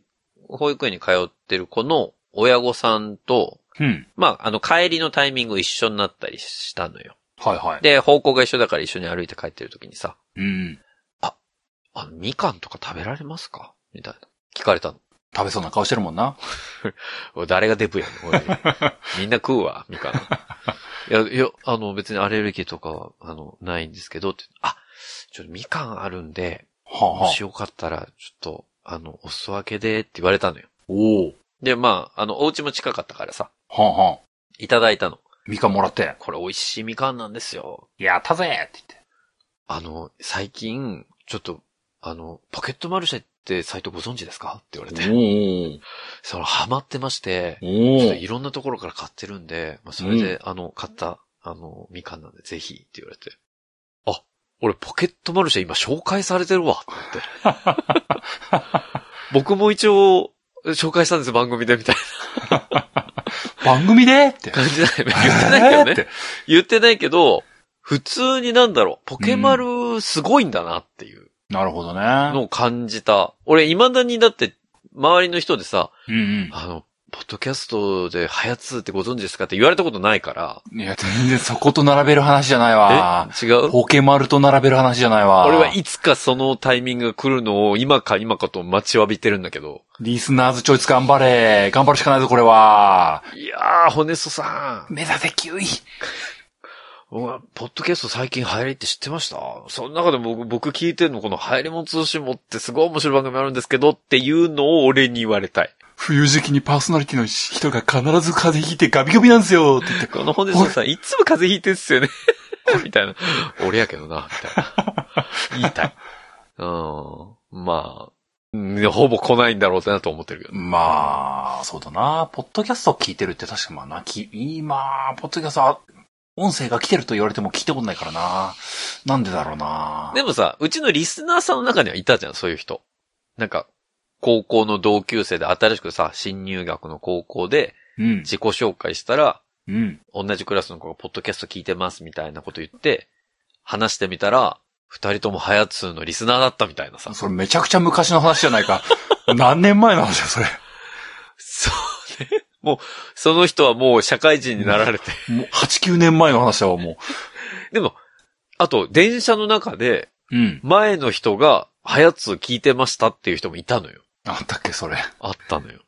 [SPEAKER 1] 保育園に通ってる子の親御さんと、
[SPEAKER 2] うん。
[SPEAKER 1] まあ、あの、帰りのタイミング一緒になったりしたのよ。
[SPEAKER 2] はいはい。
[SPEAKER 1] で、方向が一緒だから一緒に歩いて帰ってる時にさ、
[SPEAKER 2] うん。
[SPEAKER 1] あの、みかんとか食べられますかみたいな。聞かれたの。
[SPEAKER 2] 食べそうな顔してるもんな。
[SPEAKER 1] おい誰がデブやねんおい。みんな食うわ、みかん。いや、いや、あの、別にアレルギーとかは、あの、ないんですけど、って。あ、ちょっとみかんあるんで、
[SPEAKER 2] はあ
[SPEAKER 1] も
[SPEAKER 2] はあ
[SPEAKER 1] し。よかったら、ちょっと、あの、お裾分けで、って言われたのよ。
[SPEAKER 2] おお。
[SPEAKER 1] で、まあ、あの、お家も近かったからさ、
[SPEAKER 2] はあはあ。
[SPEAKER 1] いただいたの。
[SPEAKER 2] みかんもらって。
[SPEAKER 1] これ美味しいみかんなんですよ。
[SPEAKER 2] やったぜって言って。
[SPEAKER 1] あの、最近、ちょっと、あの、ポケットマルシェってサイトご存知ですかって言われて、その、ハマってまして、
[SPEAKER 2] おーお
[SPEAKER 1] ちょっと
[SPEAKER 2] ー
[SPEAKER 1] いろんなところから買ってるんで、まあ、それで、あの、買った、あの、みかんなんで、ぜひ、って言われて。あ、俺、ポケットマルシェ今紹介されてるわ、って言って。 僕も一応、紹介したんです、番組で、みたい
[SPEAKER 2] 番組でって
[SPEAKER 1] な。感じだよね。 言ってないけど
[SPEAKER 2] えーっ
[SPEAKER 1] ね。
[SPEAKER 2] て
[SPEAKER 1] 言ってないけど、普通になんだろう、ポケマルすごいんだなっていう
[SPEAKER 2] なるほどね。
[SPEAKER 1] のを感じた。俺、未だにだって、周りの人でさ、
[SPEAKER 2] うん
[SPEAKER 1] あの、ポッドキャストでハヤツーってご存知ですかって言われたことないから。
[SPEAKER 2] うん。いや、全然そこと並べる話じゃないわ。
[SPEAKER 1] え違う
[SPEAKER 2] ポケマルと並べる話じゃないわ。
[SPEAKER 1] 俺はいつかそのタイミングが来るのを今か今かと待ちわびてるんだけど。
[SPEAKER 2] リスナーズチョイス頑張れ。頑張るしかないぞ、これは。
[SPEAKER 1] いやー、ホネストさん。
[SPEAKER 2] 目指せ9位。
[SPEAKER 1] うわポッドキャスト最近流行りって知ってましたその中で僕、僕聞いてんのこの流行りもん通信もってすごい面白い番組あるんですけどっていうのを俺に言われたい。
[SPEAKER 2] 冬時期にパーソナリティの人が必ず風邪ひいてガビガビなんですよ。って言って。
[SPEAKER 1] このホネストさんいつも風邪ひいてんすよね。みたいな。俺やけどな、みたいな。言いたい。うん。まあ、うんほぼ来ないんだろうなと思ってるけど。
[SPEAKER 2] まあ、そうだな。ポッドキャストを聞いてるって確かまあな、き、今、ポッドキャストは、音声が来てると言われても聞いたことないからな。なんでだろうな。
[SPEAKER 1] でもさ、うちのリスナーさんの中にはいたじゃん、そういう人。なんか、高校の同級生で新しくさ、新入学の高校で
[SPEAKER 2] うん。
[SPEAKER 1] 自己紹介したら、
[SPEAKER 2] うん。
[SPEAKER 1] 同じクラスの子がポッドキャスト聞いてますみたいなこと言って、話してみたら、二人ともハヤツーのリスナーだったみたいなさ。
[SPEAKER 2] それめちゃくちゃ昔の話じゃないか。何年前の話だ、それ。
[SPEAKER 1] そうね。もう、その人はもう社会人になられて。
[SPEAKER 2] もう、8、9年前の話だわ、も
[SPEAKER 1] でも、あと、電車の中で、
[SPEAKER 2] う。うん。
[SPEAKER 1] 前の人が、ハヤツー聞いてましたっていう人もいたのよ。
[SPEAKER 2] あったっけ、それ。
[SPEAKER 1] あったのよ。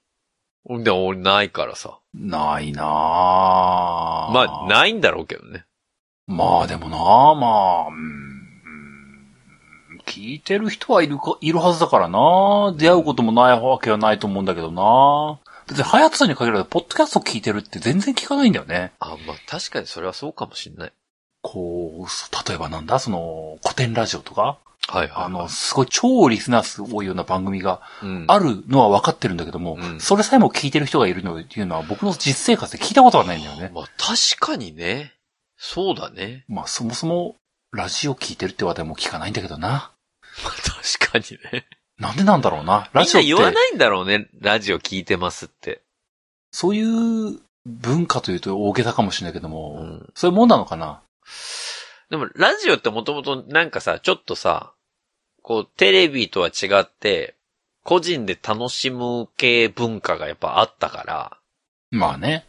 [SPEAKER 1] ほんで、俺ないからさ。
[SPEAKER 2] ないなあ
[SPEAKER 1] まあ、。ないんだろうけどね。
[SPEAKER 2] まあでもなあ、まあ、うんうん聞いてる人はいるか、いるはずだからな出会うこともないわけはないと思うんだけどな別に、ハヤトさんに限らず、ポッドキャスト聞いてるって全然聞かないんだよね。
[SPEAKER 1] あ、まあ、確かにそれはそうかもしんない。
[SPEAKER 2] こう、そ例えばなんだその、古典ラジオとか
[SPEAKER 1] はいはい。
[SPEAKER 2] あの、、すごい超リスナー数多いような番組が
[SPEAKER 1] うん。
[SPEAKER 2] あるのは分かってるんだけども、
[SPEAKER 1] うん
[SPEAKER 2] それさえも聞いてる人がいるのっていうのは僕の実生活で聞いたことがないんだよね。
[SPEAKER 1] まあ確かにね。そうだね。
[SPEAKER 2] まあそもそもラジオ聞いてるって話題も聞かないんだけどな。
[SPEAKER 1] まあ確かにね。
[SPEAKER 2] なんでなんだろうな。
[SPEAKER 1] み
[SPEAKER 2] ラ
[SPEAKER 1] ん
[SPEAKER 2] ジオ
[SPEAKER 1] な
[SPEAKER 2] って
[SPEAKER 1] 言わないんだろうね。ラジオ聞いてますって。
[SPEAKER 2] そういう文化というと大げさかもしれないけども、
[SPEAKER 1] うん
[SPEAKER 2] そういうもんなのかな。
[SPEAKER 1] でも、ラジオってもともとなんかさ、ちょっとさ、こう、テレビとは違って、個人で楽しむ系文化がやっぱあったから、
[SPEAKER 2] まあね。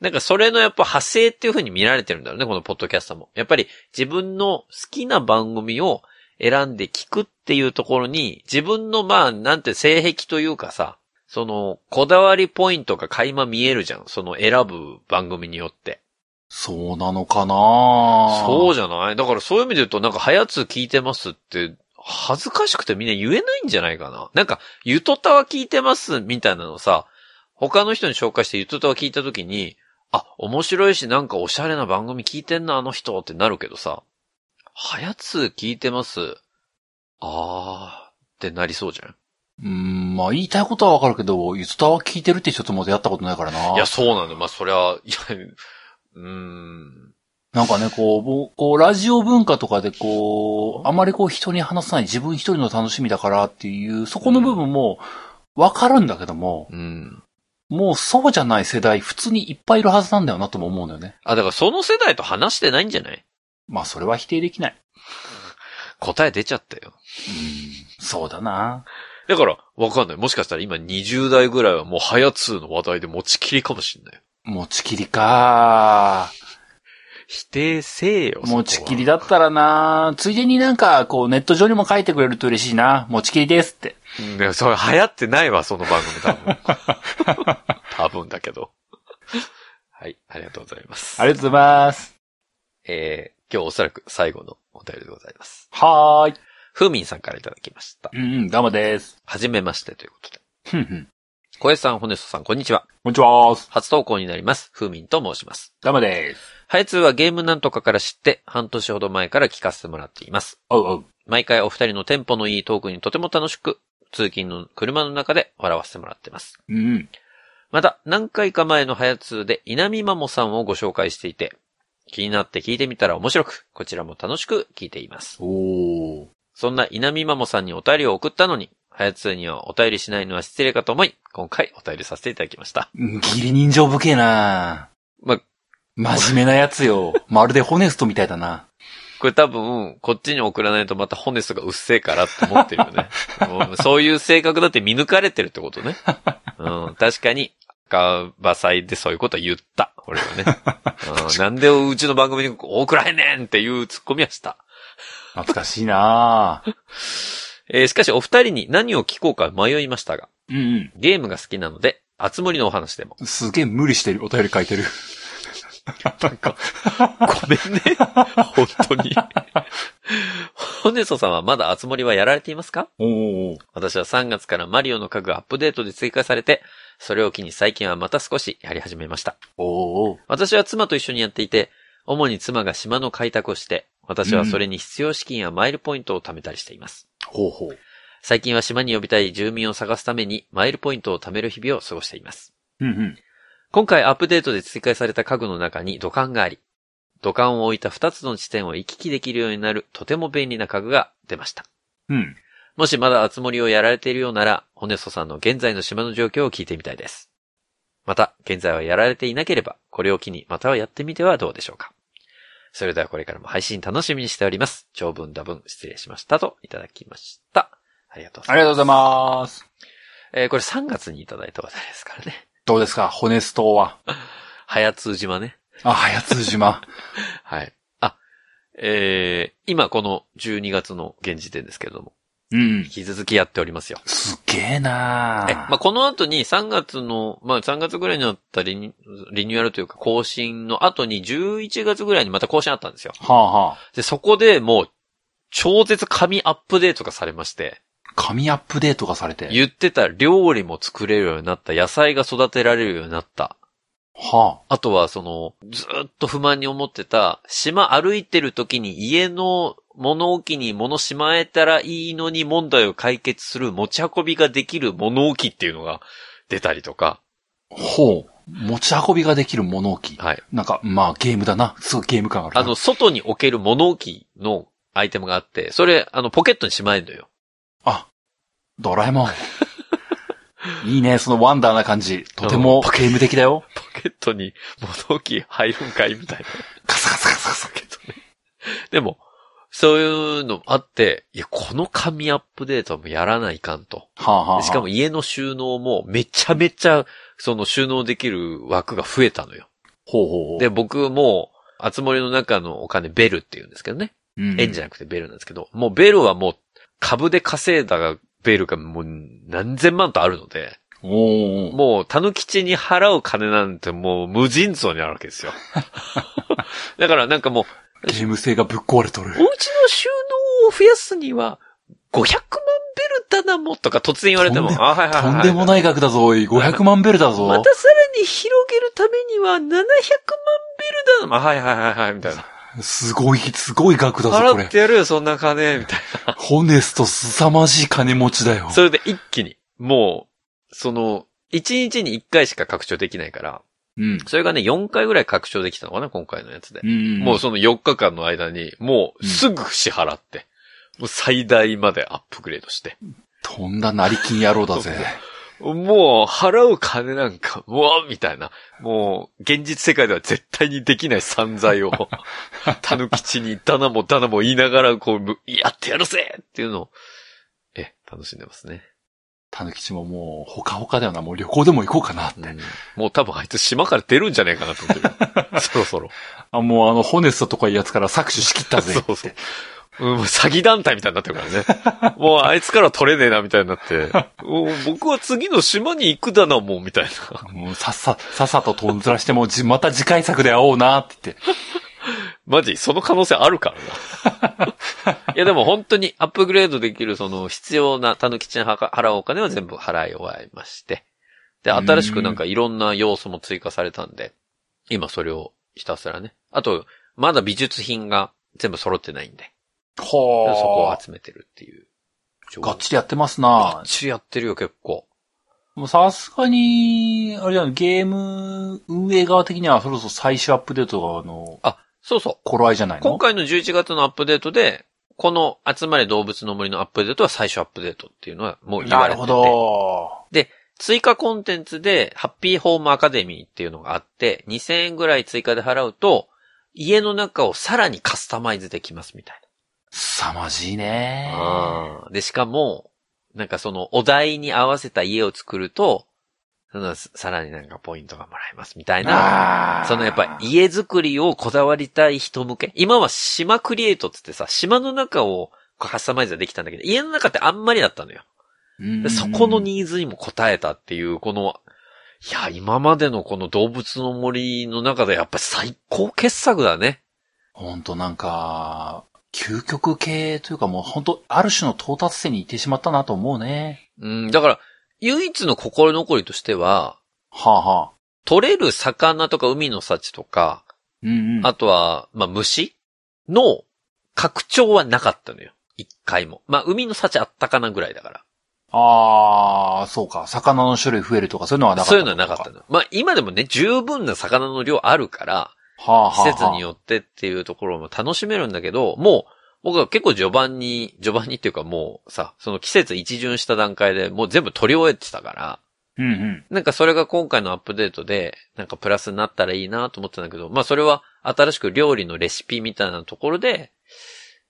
[SPEAKER 1] なんかそれのやっぱ派生っていう風に見られてるんだろうね、このポッドキャストも。やっぱり自分の好きな番組を選んで聞くっていうところに、自分のまあ、なんて性癖というかさ、その、こだわりポイントが垣間見えるじゃん。その選ぶ番組によって。
[SPEAKER 2] そうなのかな
[SPEAKER 1] そう
[SPEAKER 2] じ
[SPEAKER 1] じゃないだからそういう意味で言うと、なんか、はやつ聞いてますって、恥ずかしくてみんな言えないんじゃないかな。なんか、ゆとたわ聞いてますみたいなのさ、他の人に紹介してゆとたわ聞いた時に、あ、面白いし、なんかおしゃれな番組聞いてんな、あの人ってなるけどさ、はやつ聞いてます。あーってなりそうじゃん。
[SPEAKER 2] うん、まあ言いたいことはわかるけど、ゆずたは聞いてるって人とも出会ったことないからな。
[SPEAKER 1] いや、そうなんだ。まあ、そりゃ、いや、うーん。
[SPEAKER 2] なんかね、こうぼ、こう、ラジオ文化とかでこう、あまりこう人に話さない自分一人の楽しみだからっていう、そこの部分もわかるんだけども、
[SPEAKER 1] うん。
[SPEAKER 2] もうそうじゃない世代、普通にいっぱいいるはずなんだよなとも思うんだよね。
[SPEAKER 1] あ、だからその世代と話してないんじゃない
[SPEAKER 2] まあそれは否定できない。
[SPEAKER 1] 答え出ちゃったよ。
[SPEAKER 2] うん、そうだな。
[SPEAKER 1] だから、わかんない。もしかしたら今20代ぐらいはもうハヤツーの話題で持ちきりかもしんない。
[SPEAKER 2] 持ちきりか。
[SPEAKER 1] 否定せえよ。
[SPEAKER 2] 持ちきりだったらな。ついでになんか、こう、ネット上にも書いてくれると嬉しいな。持ちきりですって。
[SPEAKER 1] そこは。うんでもそれ流行ってないわ、その番組多分。 多分だけど。はい、ありがとうございます。
[SPEAKER 2] ありがとうございます。
[SPEAKER 1] えー、今日おそらく最後のお便りでございます。
[SPEAKER 2] はーい。
[SPEAKER 1] ふーみんさんからいただきました。
[SPEAKER 2] うんうん、どうもです。
[SPEAKER 1] はじめましてということで。
[SPEAKER 2] ふんふん。
[SPEAKER 1] 小江さん、ホネストさん、こんにちは。
[SPEAKER 2] こんにちは。
[SPEAKER 1] 初投稿になります。ふーみんと申します。
[SPEAKER 2] どうもです。
[SPEAKER 1] ハヤツーはゲームなんとかから知って、半年ほど前から聞かせてもらっています。
[SPEAKER 2] おうおう。
[SPEAKER 1] 毎回お二人のテンポのいいトークにとても楽しく、通勤の車の中で笑わせてもらってます。
[SPEAKER 2] うんうん。
[SPEAKER 1] また、何回か前のハヤツーで稲見マモさんをご紹介していて、気になって聞いてみたら面白く、こちらも楽しく聞いています。
[SPEAKER 2] おー。
[SPEAKER 1] そんな稲見マモさんにお便りを送ったのに、ハヤツーにはお便りしないのは失礼かと思い、今回お便りさせていただきました。
[SPEAKER 2] 義理人情深えな
[SPEAKER 1] まあ、
[SPEAKER 2] 真面目なやつよ。まるでホネストみたいだな。
[SPEAKER 1] これ多分、こっちに送らないとまたホネスがうっせえからって思ってるよね。もうそういう性格だって見抜かれてるってことね。うん、確かに、赤羽祭でそういうことは言った。俺はね。うん、なんでうちの番組に送らへんねんっていうツッコミはした。
[SPEAKER 2] 懐かしいな
[SPEAKER 1] えーしかしお二人に何を聞こうか迷いましたが、
[SPEAKER 2] うんうん。
[SPEAKER 1] ゲームが好きなので、あつ森のお話 でも。
[SPEAKER 2] すげえ無理してる。お便り書いてる。
[SPEAKER 1] ごめんね。本当に。 ホネソさんはまだあつ森はやられていますか
[SPEAKER 2] おー。
[SPEAKER 1] 私は3月からマリオの家具がアップデートで追加されて、それを機に最近はまた少しやり始めました。
[SPEAKER 2] おー。
[SPEAKER 1] 私は妻と一緒にやっていて、主に妻が島の開拓をして、私はそれに必要資金やマイルポイントを貯めたりしています。
[SPEAKER 2] ほうほう。
[SPEAKER 1] 最近は島に呼びたい住民を探すためにマイルポイントを貯める日々を過ごしています。
[SPEAKER 2] うんうん。
[SPEAKER 1] 今回アップデートで追加された家具の中に土管があり、土管を置いた2つの地点を行き来できるようになるとても便利な家具が出ました。
[SPEAKER 2] うん。
[SPEAKER 1] もしまだ熱盛をやられているようなら、ホネソさんの現在の島の状況を聞いてみたいです。また、現在はやられていなければ、これを機にまたはやってみてはどうでしょうか。それではこれからも配信楽しみにしております。長文多文失礼しましたといただきました。ありがとうござ
[SPEAKER 2] あ
[SPEAKER 1] い
[SPEAKER 2] り
[SPEAKER 1] ま
[SPEAKER 2] がとうございます。
[SPEAKER 1] す。えーこれ3月にいただいた話題ですからね。
[SPEAKER 2] どうですかホネストは。
[SPEAKER 1] はやつ島ね。
[SPEAKER 2] あ、早津島。
[SPEAKER 1] はい。あ、えー、今この12月の現時点ですけれども、
[SPEAKER 2] うん
[SPEAKER 1] 引。き続きやっておりますよ。
[SPEAKER 2] すげえな
[SPEAKER 1] え、まあ、この後に3月の、まあ、3月ぐらいになったリニリニューアルというか更新の後に11月ぐらいにまた更新あったんですよ。
[SPEAKER 2] はあはあ。
[SPEAKER 1] で、そこでもう、超絶神アップデートがされまして、
[SPEAKER 2] 紙アップデートがされて。
[SPEAKER 1] 言ってた料理も作れるようになった、野菜が育てられるようになった。
[SPEAKER 2] は
[SPEAKER 1] あとは、その、ずーっと不満に思ってた、島歩いてる時に家の物置に物しまえたらいいのに問題を解決する持ち運びができる物置っていうのが出たりとか、
[SPEAKER 2] あ。ほう。持ち運びができる物置。
[SPEAKER 1] はい。
[SPEAKER 2] なんか、まあ、ゲームだな。すごいゲーム感があるな。
[SPEAKER 1] あの、外に置ける物置のアイテムがあって、それ、あの、ポケットにしまえるのよ。
[SPEAKER 2] あ、ドラ えもん。いいね、そのワンダーな感じ。とてもゲーム的だよ。
[SPEAKER 1] ポケットに物置入るんかいみ たいな。
[SPEAKER 2] カサカサカサカサ。
[SPEAKER 1] けどね。でも、そういうのあって、いや、この紙アップデートもやらないかんと。
[SPEAKER 2] はあ、はあはあ
[SPEAKER 1] でしかも、家の収納もめちゃめちゃ、その収納できる枠が増えたのよ。
[SPEAKER 2] ほうほうほう。
[SPEAKER 1] で、僕も、あつ森の中のお金ベルって言うんですけどね。
[SPEAKER 2] うん
[SPEAKER 1] 円じゃなくてベルなんですけど、もうベルはもう株で稼いだがベルがもう何千万とあるので、
[SPEAKER 2] おーおー
[SPEAKER 1] もう、たぬきちに払う金なんてもう無尽蔵にあるわけですよ。 だからなんかもう、
[SPEAKER 2] ゲーム性がぶっ壊れと
[SPEAKER 1] お家
[SPEAKER 2] る。
[SPEAKER 1] の収納を増やすには、500万ベルだなもとか突然言われても、
[SPEAKER 2] とんで
[SPEAKER 1] あ、はいはいはい
[SPEAKER 2] と
[SPEAKER 1] はい。
[SPEAKER 2] んでもない額だぞ、おい。500万ベルだ
[SPEAKER 1] ま
[SPEAKER 2] ぞ。
[SPEAKER 1] たさらに広げるためには700万ベルだな。あ、はいはいはいはい、みたいな。
[SPEAKER 2] すごい、すごい額だぞ、こ
[SPEAKER 1] 払っ
[SPEAKER 2] れ。
[SPEAKER 1] てやるよ、そんな金、みたい
[SPEAKER 2] ホネスト凄まじい金持ちだよ
[SPEAKER 1] な。。それで一気に、もう、その、1日に1回しか拡張できないから、
[SPEAKER 2] うん。
[SPEAKER 1] それがね、4回ぐらい拡張できたのかな、今回のやつで。
[SPEAKER 2] うん。
[SPEAKER 1] もうその4日間の間に、もうすぐ支払って、もう最大までアップグレードして。
[SPEAKER 2] とんだ成金野郎だぜ。
[SPEAKER 1] もう、払う金なんか、うわみたいな。もう、現実世界では絶対にできない散財 を、たぬきちにだなもだなも言いながら、こうむ、やってやるぜっていうのを、え、楽しんでますね。
[SPEAKER 2] たぬきちももう、ほかほかだよな。もう旅行でも行こうかなって。
[SPEAKER 1] うんもう多分あいつ島から出るんじゃねえかなと思って る。そろそろ。
[SPEAKER 2] あ、もうあの、ホネストとかいうやつから搾取しきったぜ。
[SPEAKER 1] そうそう。うん、もう詐欺団体みたいになってるからね。もうあいつから取れねえな、みたいになって。お僕は次の島に行くだな、もう、みたいな。
[SPEAKER 2] もうさっさ、さっさととんずらしてもうじ、また次回作で会おうなって言って。
[SPEAKER 1] マジ、その可能性あるからな。いや、でも本当にアップグレードできる、その、必要な、たぬきちに払うお金は全部払い終わりまして。で、新しくなんかいろんな要素も追加されたんで、今それをひたすらね。あと、まだ美術品が全部揃ってないんで、そ
[SPEAKER 2] ほー。
[SPEAKER 1] こを集めてるっていう。
[SPEAKER 2] がっちりやってます
[SPEAKER 1] が
[SPEAKER 2] な
[SPEAKER 1] っちりやってるよ、結構。
[SPEAKER 2] もうさすがに、あれだね、ゲーム運営側的にはそろそろ最終アップデートが、あの、
[SPEAKER 1] そうそ。
[SPEAKER 2] 頃合いじゃないうの
[SPEAKER 1] 今回の11月のアップデートで、この集まれ動物の森のアップデートは最初アップデートっていうのはもう言われ
[SPEAKER 2] なる
[SPEAKER 1] て
[SPEAKER 2] ほ
[SPEAKER 1] て。
[SPEAKER 2] ど。
[SPEAKER 1] 追加コンテンツで、ハッピーホームアカデミーっていうのがあって、2000円ぐらい追加で払うと、家の中をさらにカスタマイズできますみたい
[SPEAKER 2] 凄まじいね
[SPEAKER 1] な。あーで、しかも、なんかそのお題に合わせた家を作ると、そのさらになんかポイントがもらえますみたいな。
[SPEAKER 2] あー
[SPEAKER 1] そのやっぱ、家づくりをこだわりたい人向け。今は島クリエイトっつってさ、島の中をカスタマイズはできたんだけど、家の中ってあんまりだったのよ。
[SPEAKER 2] うん
[SPEAKER 1] でそこのニーズにも応えたっていう、この、いや、今までのこの動物の森の中でやっぱ最高傑作だね。
[SPEAKER 2] ほんとなんか、究極系というかもうほんと、ある種の到達点に行ってしまったなと思うね。
[SPEAKER 1] うん、だから、唯一の心残りとしては、
[SPEAKER 2] はあはあ。
[SPEAKER 1] 取れる魚とか海の幸とか、
[SPEAKER 2] うんうん。
[SPEAKER 1] あとは、まあ、虫の拡張はなかったのよ。一回も。まあ、海の幸あったかなぐらいだから。
[SPEAKER 2] あー、そうか。魚の種類増えるとかそういうのはなかった。
[SPEAKER 1] そういうのはなかったの。まあ、今でもね、十分な魚の量あるから、
[SPEAKER 2] はあはあはあ。
[SPEAKER 1] 季節によってっていうところも楽しめるんだけど、もう、僕は結構序盤に、序盤にっていうかもうさ、その季節一巡した段階でもう全部取り終えてたから、
[SPEAKER 2] うんうん。
[SPEAKER 1] なんかそれが今回のアップデートで、なんかプラスになったらいいなと思ってたんだけど、まあそれは新しく料理のレシピみたいなところで、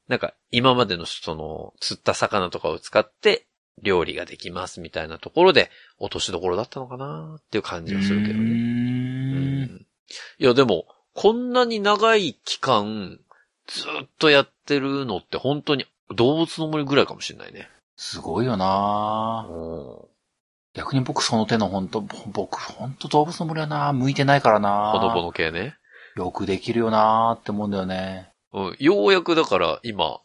[SPEAKER 1] なんか今までのその釣った魚とかを使って料理ができますみたいなところで落としどころだったのかなっていう感じはするけど
[SPEAKER 2] うー
[SPEAKER 1] ね。
[SPEAKER 2] ん
[SPEAKER 1] いや、でも、こんなに長い期間、ずっとやってるのって本当に動物の森ぐらいかもしれないね。
[SPEAKER 2] すごいよな
[SPEAKER 1] こ
[SPEAKER 2] 逆に僕その手の本当僕本当動物の森はな向いてないからな
[SPEAKER 1] のぼの系ね。
[SPEAKER 2] よくできるよなって思うんだよね。
[SPEAKER 1] うん。ようやくだから今、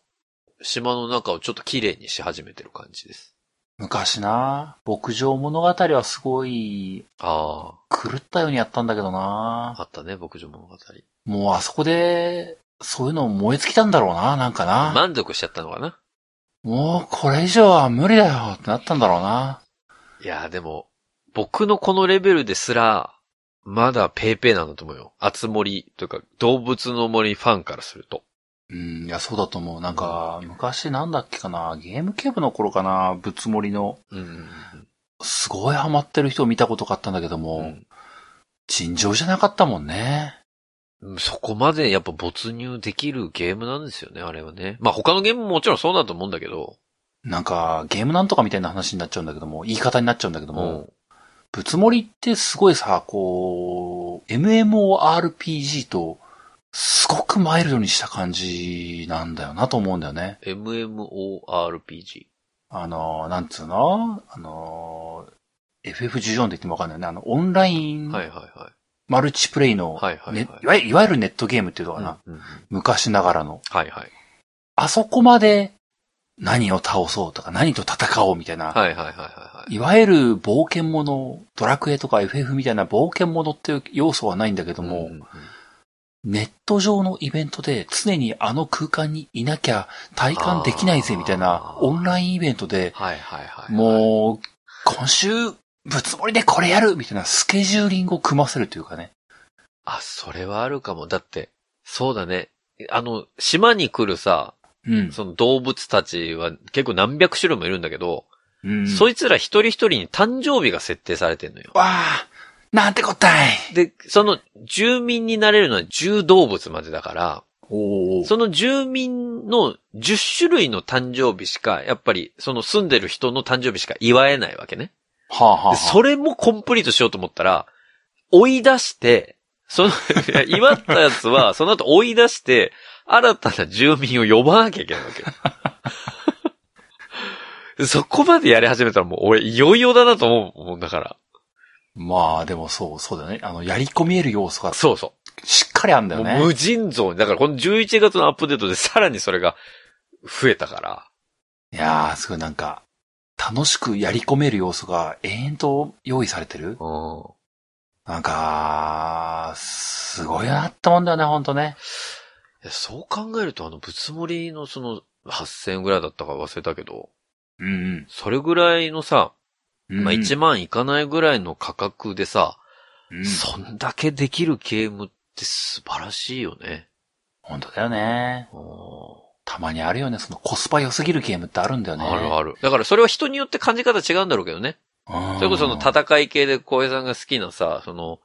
[SPEAKER 1] 島の中をちょっと綺麗にし始めてる感じです。
[SPEAKER 2] 昔な、牧場物語はすごい
[SPEAKER 1] あ
[SPEAKER 2] 狂ったようにやったんだけどな
[SPEAKER 1] あ、。あったね、牧場物語。
[SPEAKER 2] もうあそこで、そういうの燃え尽きたんだろうな、なんかな。
[SPEAKER 1] 満足しちゃったのかな
[SPEAKER 2] もうこれ以上は無理だよってなったんだろうな。
[SPEAKER 1] いやーでも、僕のこのレベルですら、まだペーペーなんだと思うよ。あつ森というか、動物の森ファンからすると。
[SPEAKER 2] うん、いや、そうだと思う。なんか、昔なんだっけかな、ゲームキューブの頃かな、ぶつもりの、
[SPEAKER 1] うんうん
[SPEAKER 2] すごいハマってる人を見たことがあったんだけども、
[SPEAKER 1] うんうん
[SPEAKER 2] 尋常じゃなかったもんね。
[SPEAKER 1] うん。そこまでやっぱ没入できるゲームなんですよね、あれはね。まあ他のゲームももちろんそうだと思うんだけど。
[SPEAKER 2] なんか、ゲームなんとかみたいな話になっちゃうんだけども、言い方になっちゃうんだけど
[SPEAKER 1] う
[SPEAKER 2] も、。ぶつもりってすごいさ、こう、MMORPG と、すごくマイルドにした感じなんだよなと思うんだよね。
[SPEAKER 1] MMORPG。
[SPEAKER 2] あの、なんつうのあの、FF14 って言ってもわかんないよね。あの、オンライン、
[SPEAKER 1] はいはいはい。
[SPEAKER 2] マルチプレイの、
[SPEAKER 1] はいはいはい
[SPEAKER 2] ねいわゆるいわゆるネットゲームっていうのかな、
[SPEAKER 1] うんうんうん
[SPEAKER 2] 昔ながらの。
[SPEAKER 1] はいはい。
[SPEAKER 2] あそこまで、何を倒そうとか、何と戦おうみたいな、
[SPEAKER 1] はいはいはいはいはい。
[SPEAKER 2] いわゆる冒険者、ドラクエとか FF みたいな冒険者っていう要素はないんだけども、
[SPEAKER 1] んんん
[SPEAKER 2] ネット上のイベントで常にあの空間にいなきゃ体感できないぜみたいな
[SPEAKER 1] あー
[SPEAKER 2] オンラインイベントで、
[SPEAKER 1] はいはいはい。う、
[SPEAKER 2] もう、今週、ぶつもりでこれやるみたいなスケジューリングを組ませるというかね。
[SPEAKER 1] あ、それはあるかも。だって、そうだね。あの、島に来るさ、
[SPEAKER 2] うん。
[SPEAKER 1] その動物たちは結構何百種類もいるんだけど、
[SPEAKER 2] うん、
[SPEAKER 1] そ
[SPEAKER 2] い
[SPEAKER 1] いつら一人一人に誕生日が設定されてんのよ。
[SPEAKER 2] わあ、なんてこったい
[SPEAKER 1] で、その住民になれるのは10動物までだから、
[SPEAKER 2] お
[SPEAKER 1] その住民の10種類の誕生日しか、やっぱりその住んでる人の誕生日しか祝えないわけね。
[SPEAKER 2] はあ、はあはあ、
[SPEAKER 1] でそれもコンプリートしようと思ったら、追い出して、その、いや祝ったやつ は、その後追い出して、新たな住民を呼ばなきゃいけないわけ よ。そこまでやり始めたらもう俺、いよいよだなと思うもんだから。
[SPEAKER 2] まあでもそう、そうだよね。あの、やり込みえる要素が
[SPEAKER 1] そうそ
[SPEAKER 2] しっかりあるん
[SPEAKER 1] う。
[SPEAKER 2] だよ
[SPEAKER 1] もう
[SPEAKER 2] ね。
[SPEAKER 1] 無尽蔵に。だからこの11月のアップデートでさらにそれが増えたから。
[SPEAKER 2] いやー、すごいなんか、楽しくやり込める要素が延々と用意されてる。
[SPEAKER 1] うん。
[SPEAKER 2] なんか、すごいなってもんだよね、ほんとね。
[SPEAKER 1] いやそう考えるとあの、ぶつもりのその、8000円ぐらいだったか忘れたけど、
[SPEAKER 2] うん
[SPEAKER 1] それぐらいのさ、
[SPEAKER 2] うん。
[SPEAKER 1] まあ、1
[SPEAKER 2] 番、
[SPEAKER 1] 万いかないぐらいの価格でさ、
[SPEAKER 2] うん、
[SPEAKER 1] そんだけできるゲームって素晴らしいよね。
[SPEAKER 2] ほんとだよね。
[SPEAKER 1] あ
[SPEAKER 2] たまにあるよね、そのコスパ良すぎるゲームってあるんだよね。
[SPEAKER 1] るある。だからそれは人によって感じ方違うんだろうけどね。それこそその戦い系で小江さんが好きなさ、その、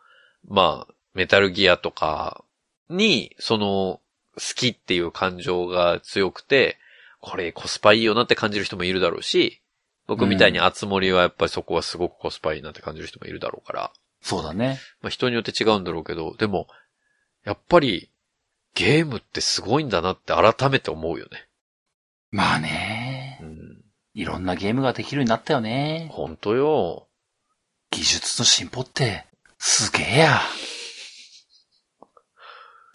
[SPEAKER 1] まあ、メタルギアとかに、その、好きっていう感情が強くて、これコスパいいよなって感じる人もいるだろうし、僕みたいに熱森はやっぱりそこはすごくコスパいいなって感じる人もいるだろうから。
[SPEAKER 2] そうだね。
[SPEAKER 1] まあ、人によって違うんだろうけど、でも、やっぱり、ゲームってすごいんだなって改めて思うよね。
[SPEAKER 2] まあね。
[SPEAKER 1] うん。
[SPEAKER 2] いろんなゲームができるようになったよね。
[SPEAKER 1] 本当よ。
[SPEAKER 2] 技術の進歩って、すげえや。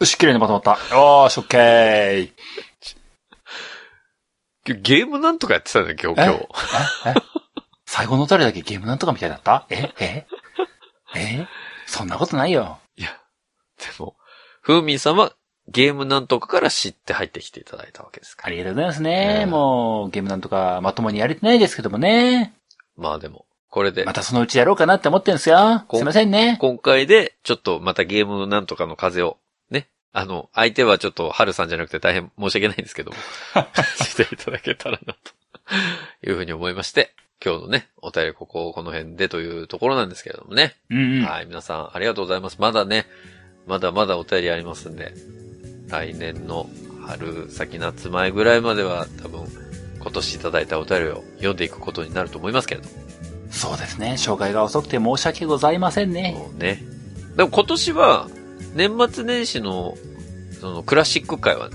[SPEAKER 2] よし、綺麗にまとまった。よーし、オッケー。え
[SPEAKER 1] ゲゲームなんとかやってたんだよ、今日、今日。
[SPEAKER 2] え最後のおたりだけゲームなんとかみたいだったえええそんなことないよ。
[SPEAKER 1] いや、でも、ふうみんさんはゲームなんとかから知って入ってきていただいたわけですか
[SPEAKER 2] あ
[SPEAKER 1] ら。
[SPEAKER 2] りがとうございますね。
[SPEAKER 1] うん
[SPEAKER 2] もう、ゲームなんとかまともにやれてないですけどもね。
[SPEAKER 1] まあでも、これで
[SPEAKER 2] ま、たそのうちやろうかなって思ってるんですよ。
[SPEAKER 1] こ
[SPEAKER 2] すいませんね。
[SPEAKER 1] 今回で、ちょっとまたゲームなんとかの風を、ね。あの、相手はちょっと、春さんじゃなくて大変申し訳ないんです けども、していただけたらな、というふうに思いまして、今日のね、お便りここ、この辺でというところなんですけれどもね。
[SPEAKER 2] うんうん。
[SPEAKER 1] はい、皆さんありがとうございます。まだね、まだまだお便りありますんで、来年の春先夏前ぐらいまでは多分、今年いただいたお便りを読んでいくことになると思いますけれども
[SPEAKER 2] そうですね。紹介が遅くて申し訳ございませんね。
[SPEAKER 1] そうね。でも今年は、年末年始の、そのクラシック界は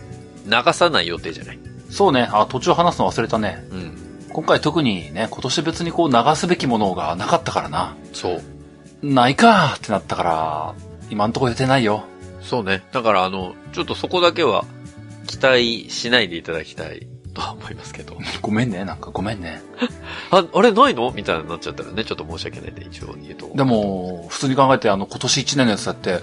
[SPEAKER 1] 流さない予定じゃない。
[SPEAKER 2] そうね。あ、途中話すの忘れたね。
[SPEAKER 1] うん。
[SPEAKER 2] 今回特にね、今年別にこう流すべきものがなかったからな。
[SPEAKER 1] そう。
[SPEAKER 2] ないかーってなったから、今んとこ予定ないよ。
[SPEAKER 1] そうね。だからあの、ちょっとそこだけは期待しないでいただきたいとは思いますけど。
[SPEAKER 2] ごめんね、なんかごめんね。
[SPEAKER 1] あ、あれないのみたいになっちゃったらね、ちょっと申し訳ないんで、一応言うと。
[SPEAKER 2] でも、普通に考えて、あの、今年1年のやつだって、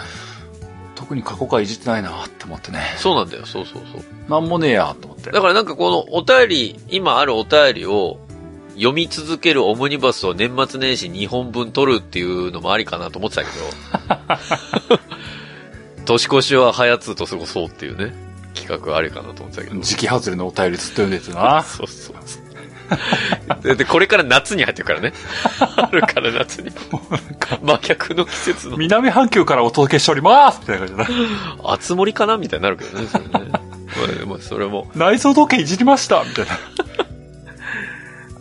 [SPEAKER 2] 特に過去回いじってないなって思ってね。
[SPEAKER 1] そうなんだよ、そうそうそう。
[SPEAKER 2] なんもねえやと思って。
[SPEAKER 1] だからなんかこのお便り、今あるお便りを読み続けるオムニバスを年末年始2本分取るっていうのもありかなと思ってたけ ど、年越しはハヤツーと過ごそうっていうね、企画ありかなと思ってたけど。
[SPEAKER 2] 時期外れのお便りずっと読んでてな。
[SPEAKER 1] そうそうそう。でで、これから夏に入ってるから ね。春から夏に。真逆の季節の。
[SPEAKER 2] 南半球からお届けしておりますって感じだ。
[SPEAKER 1] 熱盛かなみたいになるけどね、それね。まあでもそれも、
[SPEAKER 2] 内臓時計いじりましたみたいな。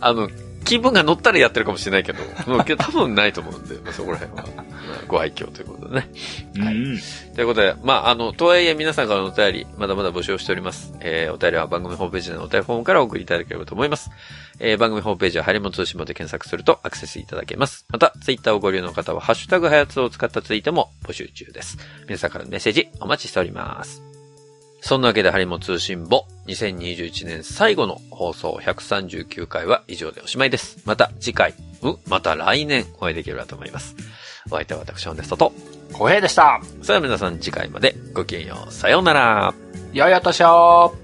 [SPEAKER 1] あの、気分が乗ったらやってるかもしれないけど、もうけど多分ないと思うんで、まあ、そこら辺は、まあご愛嬌ということでね。
[SPEAKER 2] うん。
[SPEAKER 1] ということで、まあ、あの、とはいえ皆さんからのお便り、まだまだ募集をしております。えー、お便りは番組ホームページのお便りフォームからお送りいただければと思います。えー、番組ホームページは、ハリモン通信簿で検索するとアクセスいただけます。また、ツイッターをご利用の方は、ハッシュタグハヤツを使ったツイートも募集中です。皆さんからのメッセージ、お待ちしております。そんなわけで、ハリモン通信簿、2021年最後の放送139回は以上でおしまいです。また次回、うん、また来年お会いできればと思います。お相手は私、本ですとと。
[SPEAKER 2] 小平でした。
[SPEAKER 1] それでは皆さん次回までごきげんよう。さようなら。
[SPEAKER 2] やいやとしょー。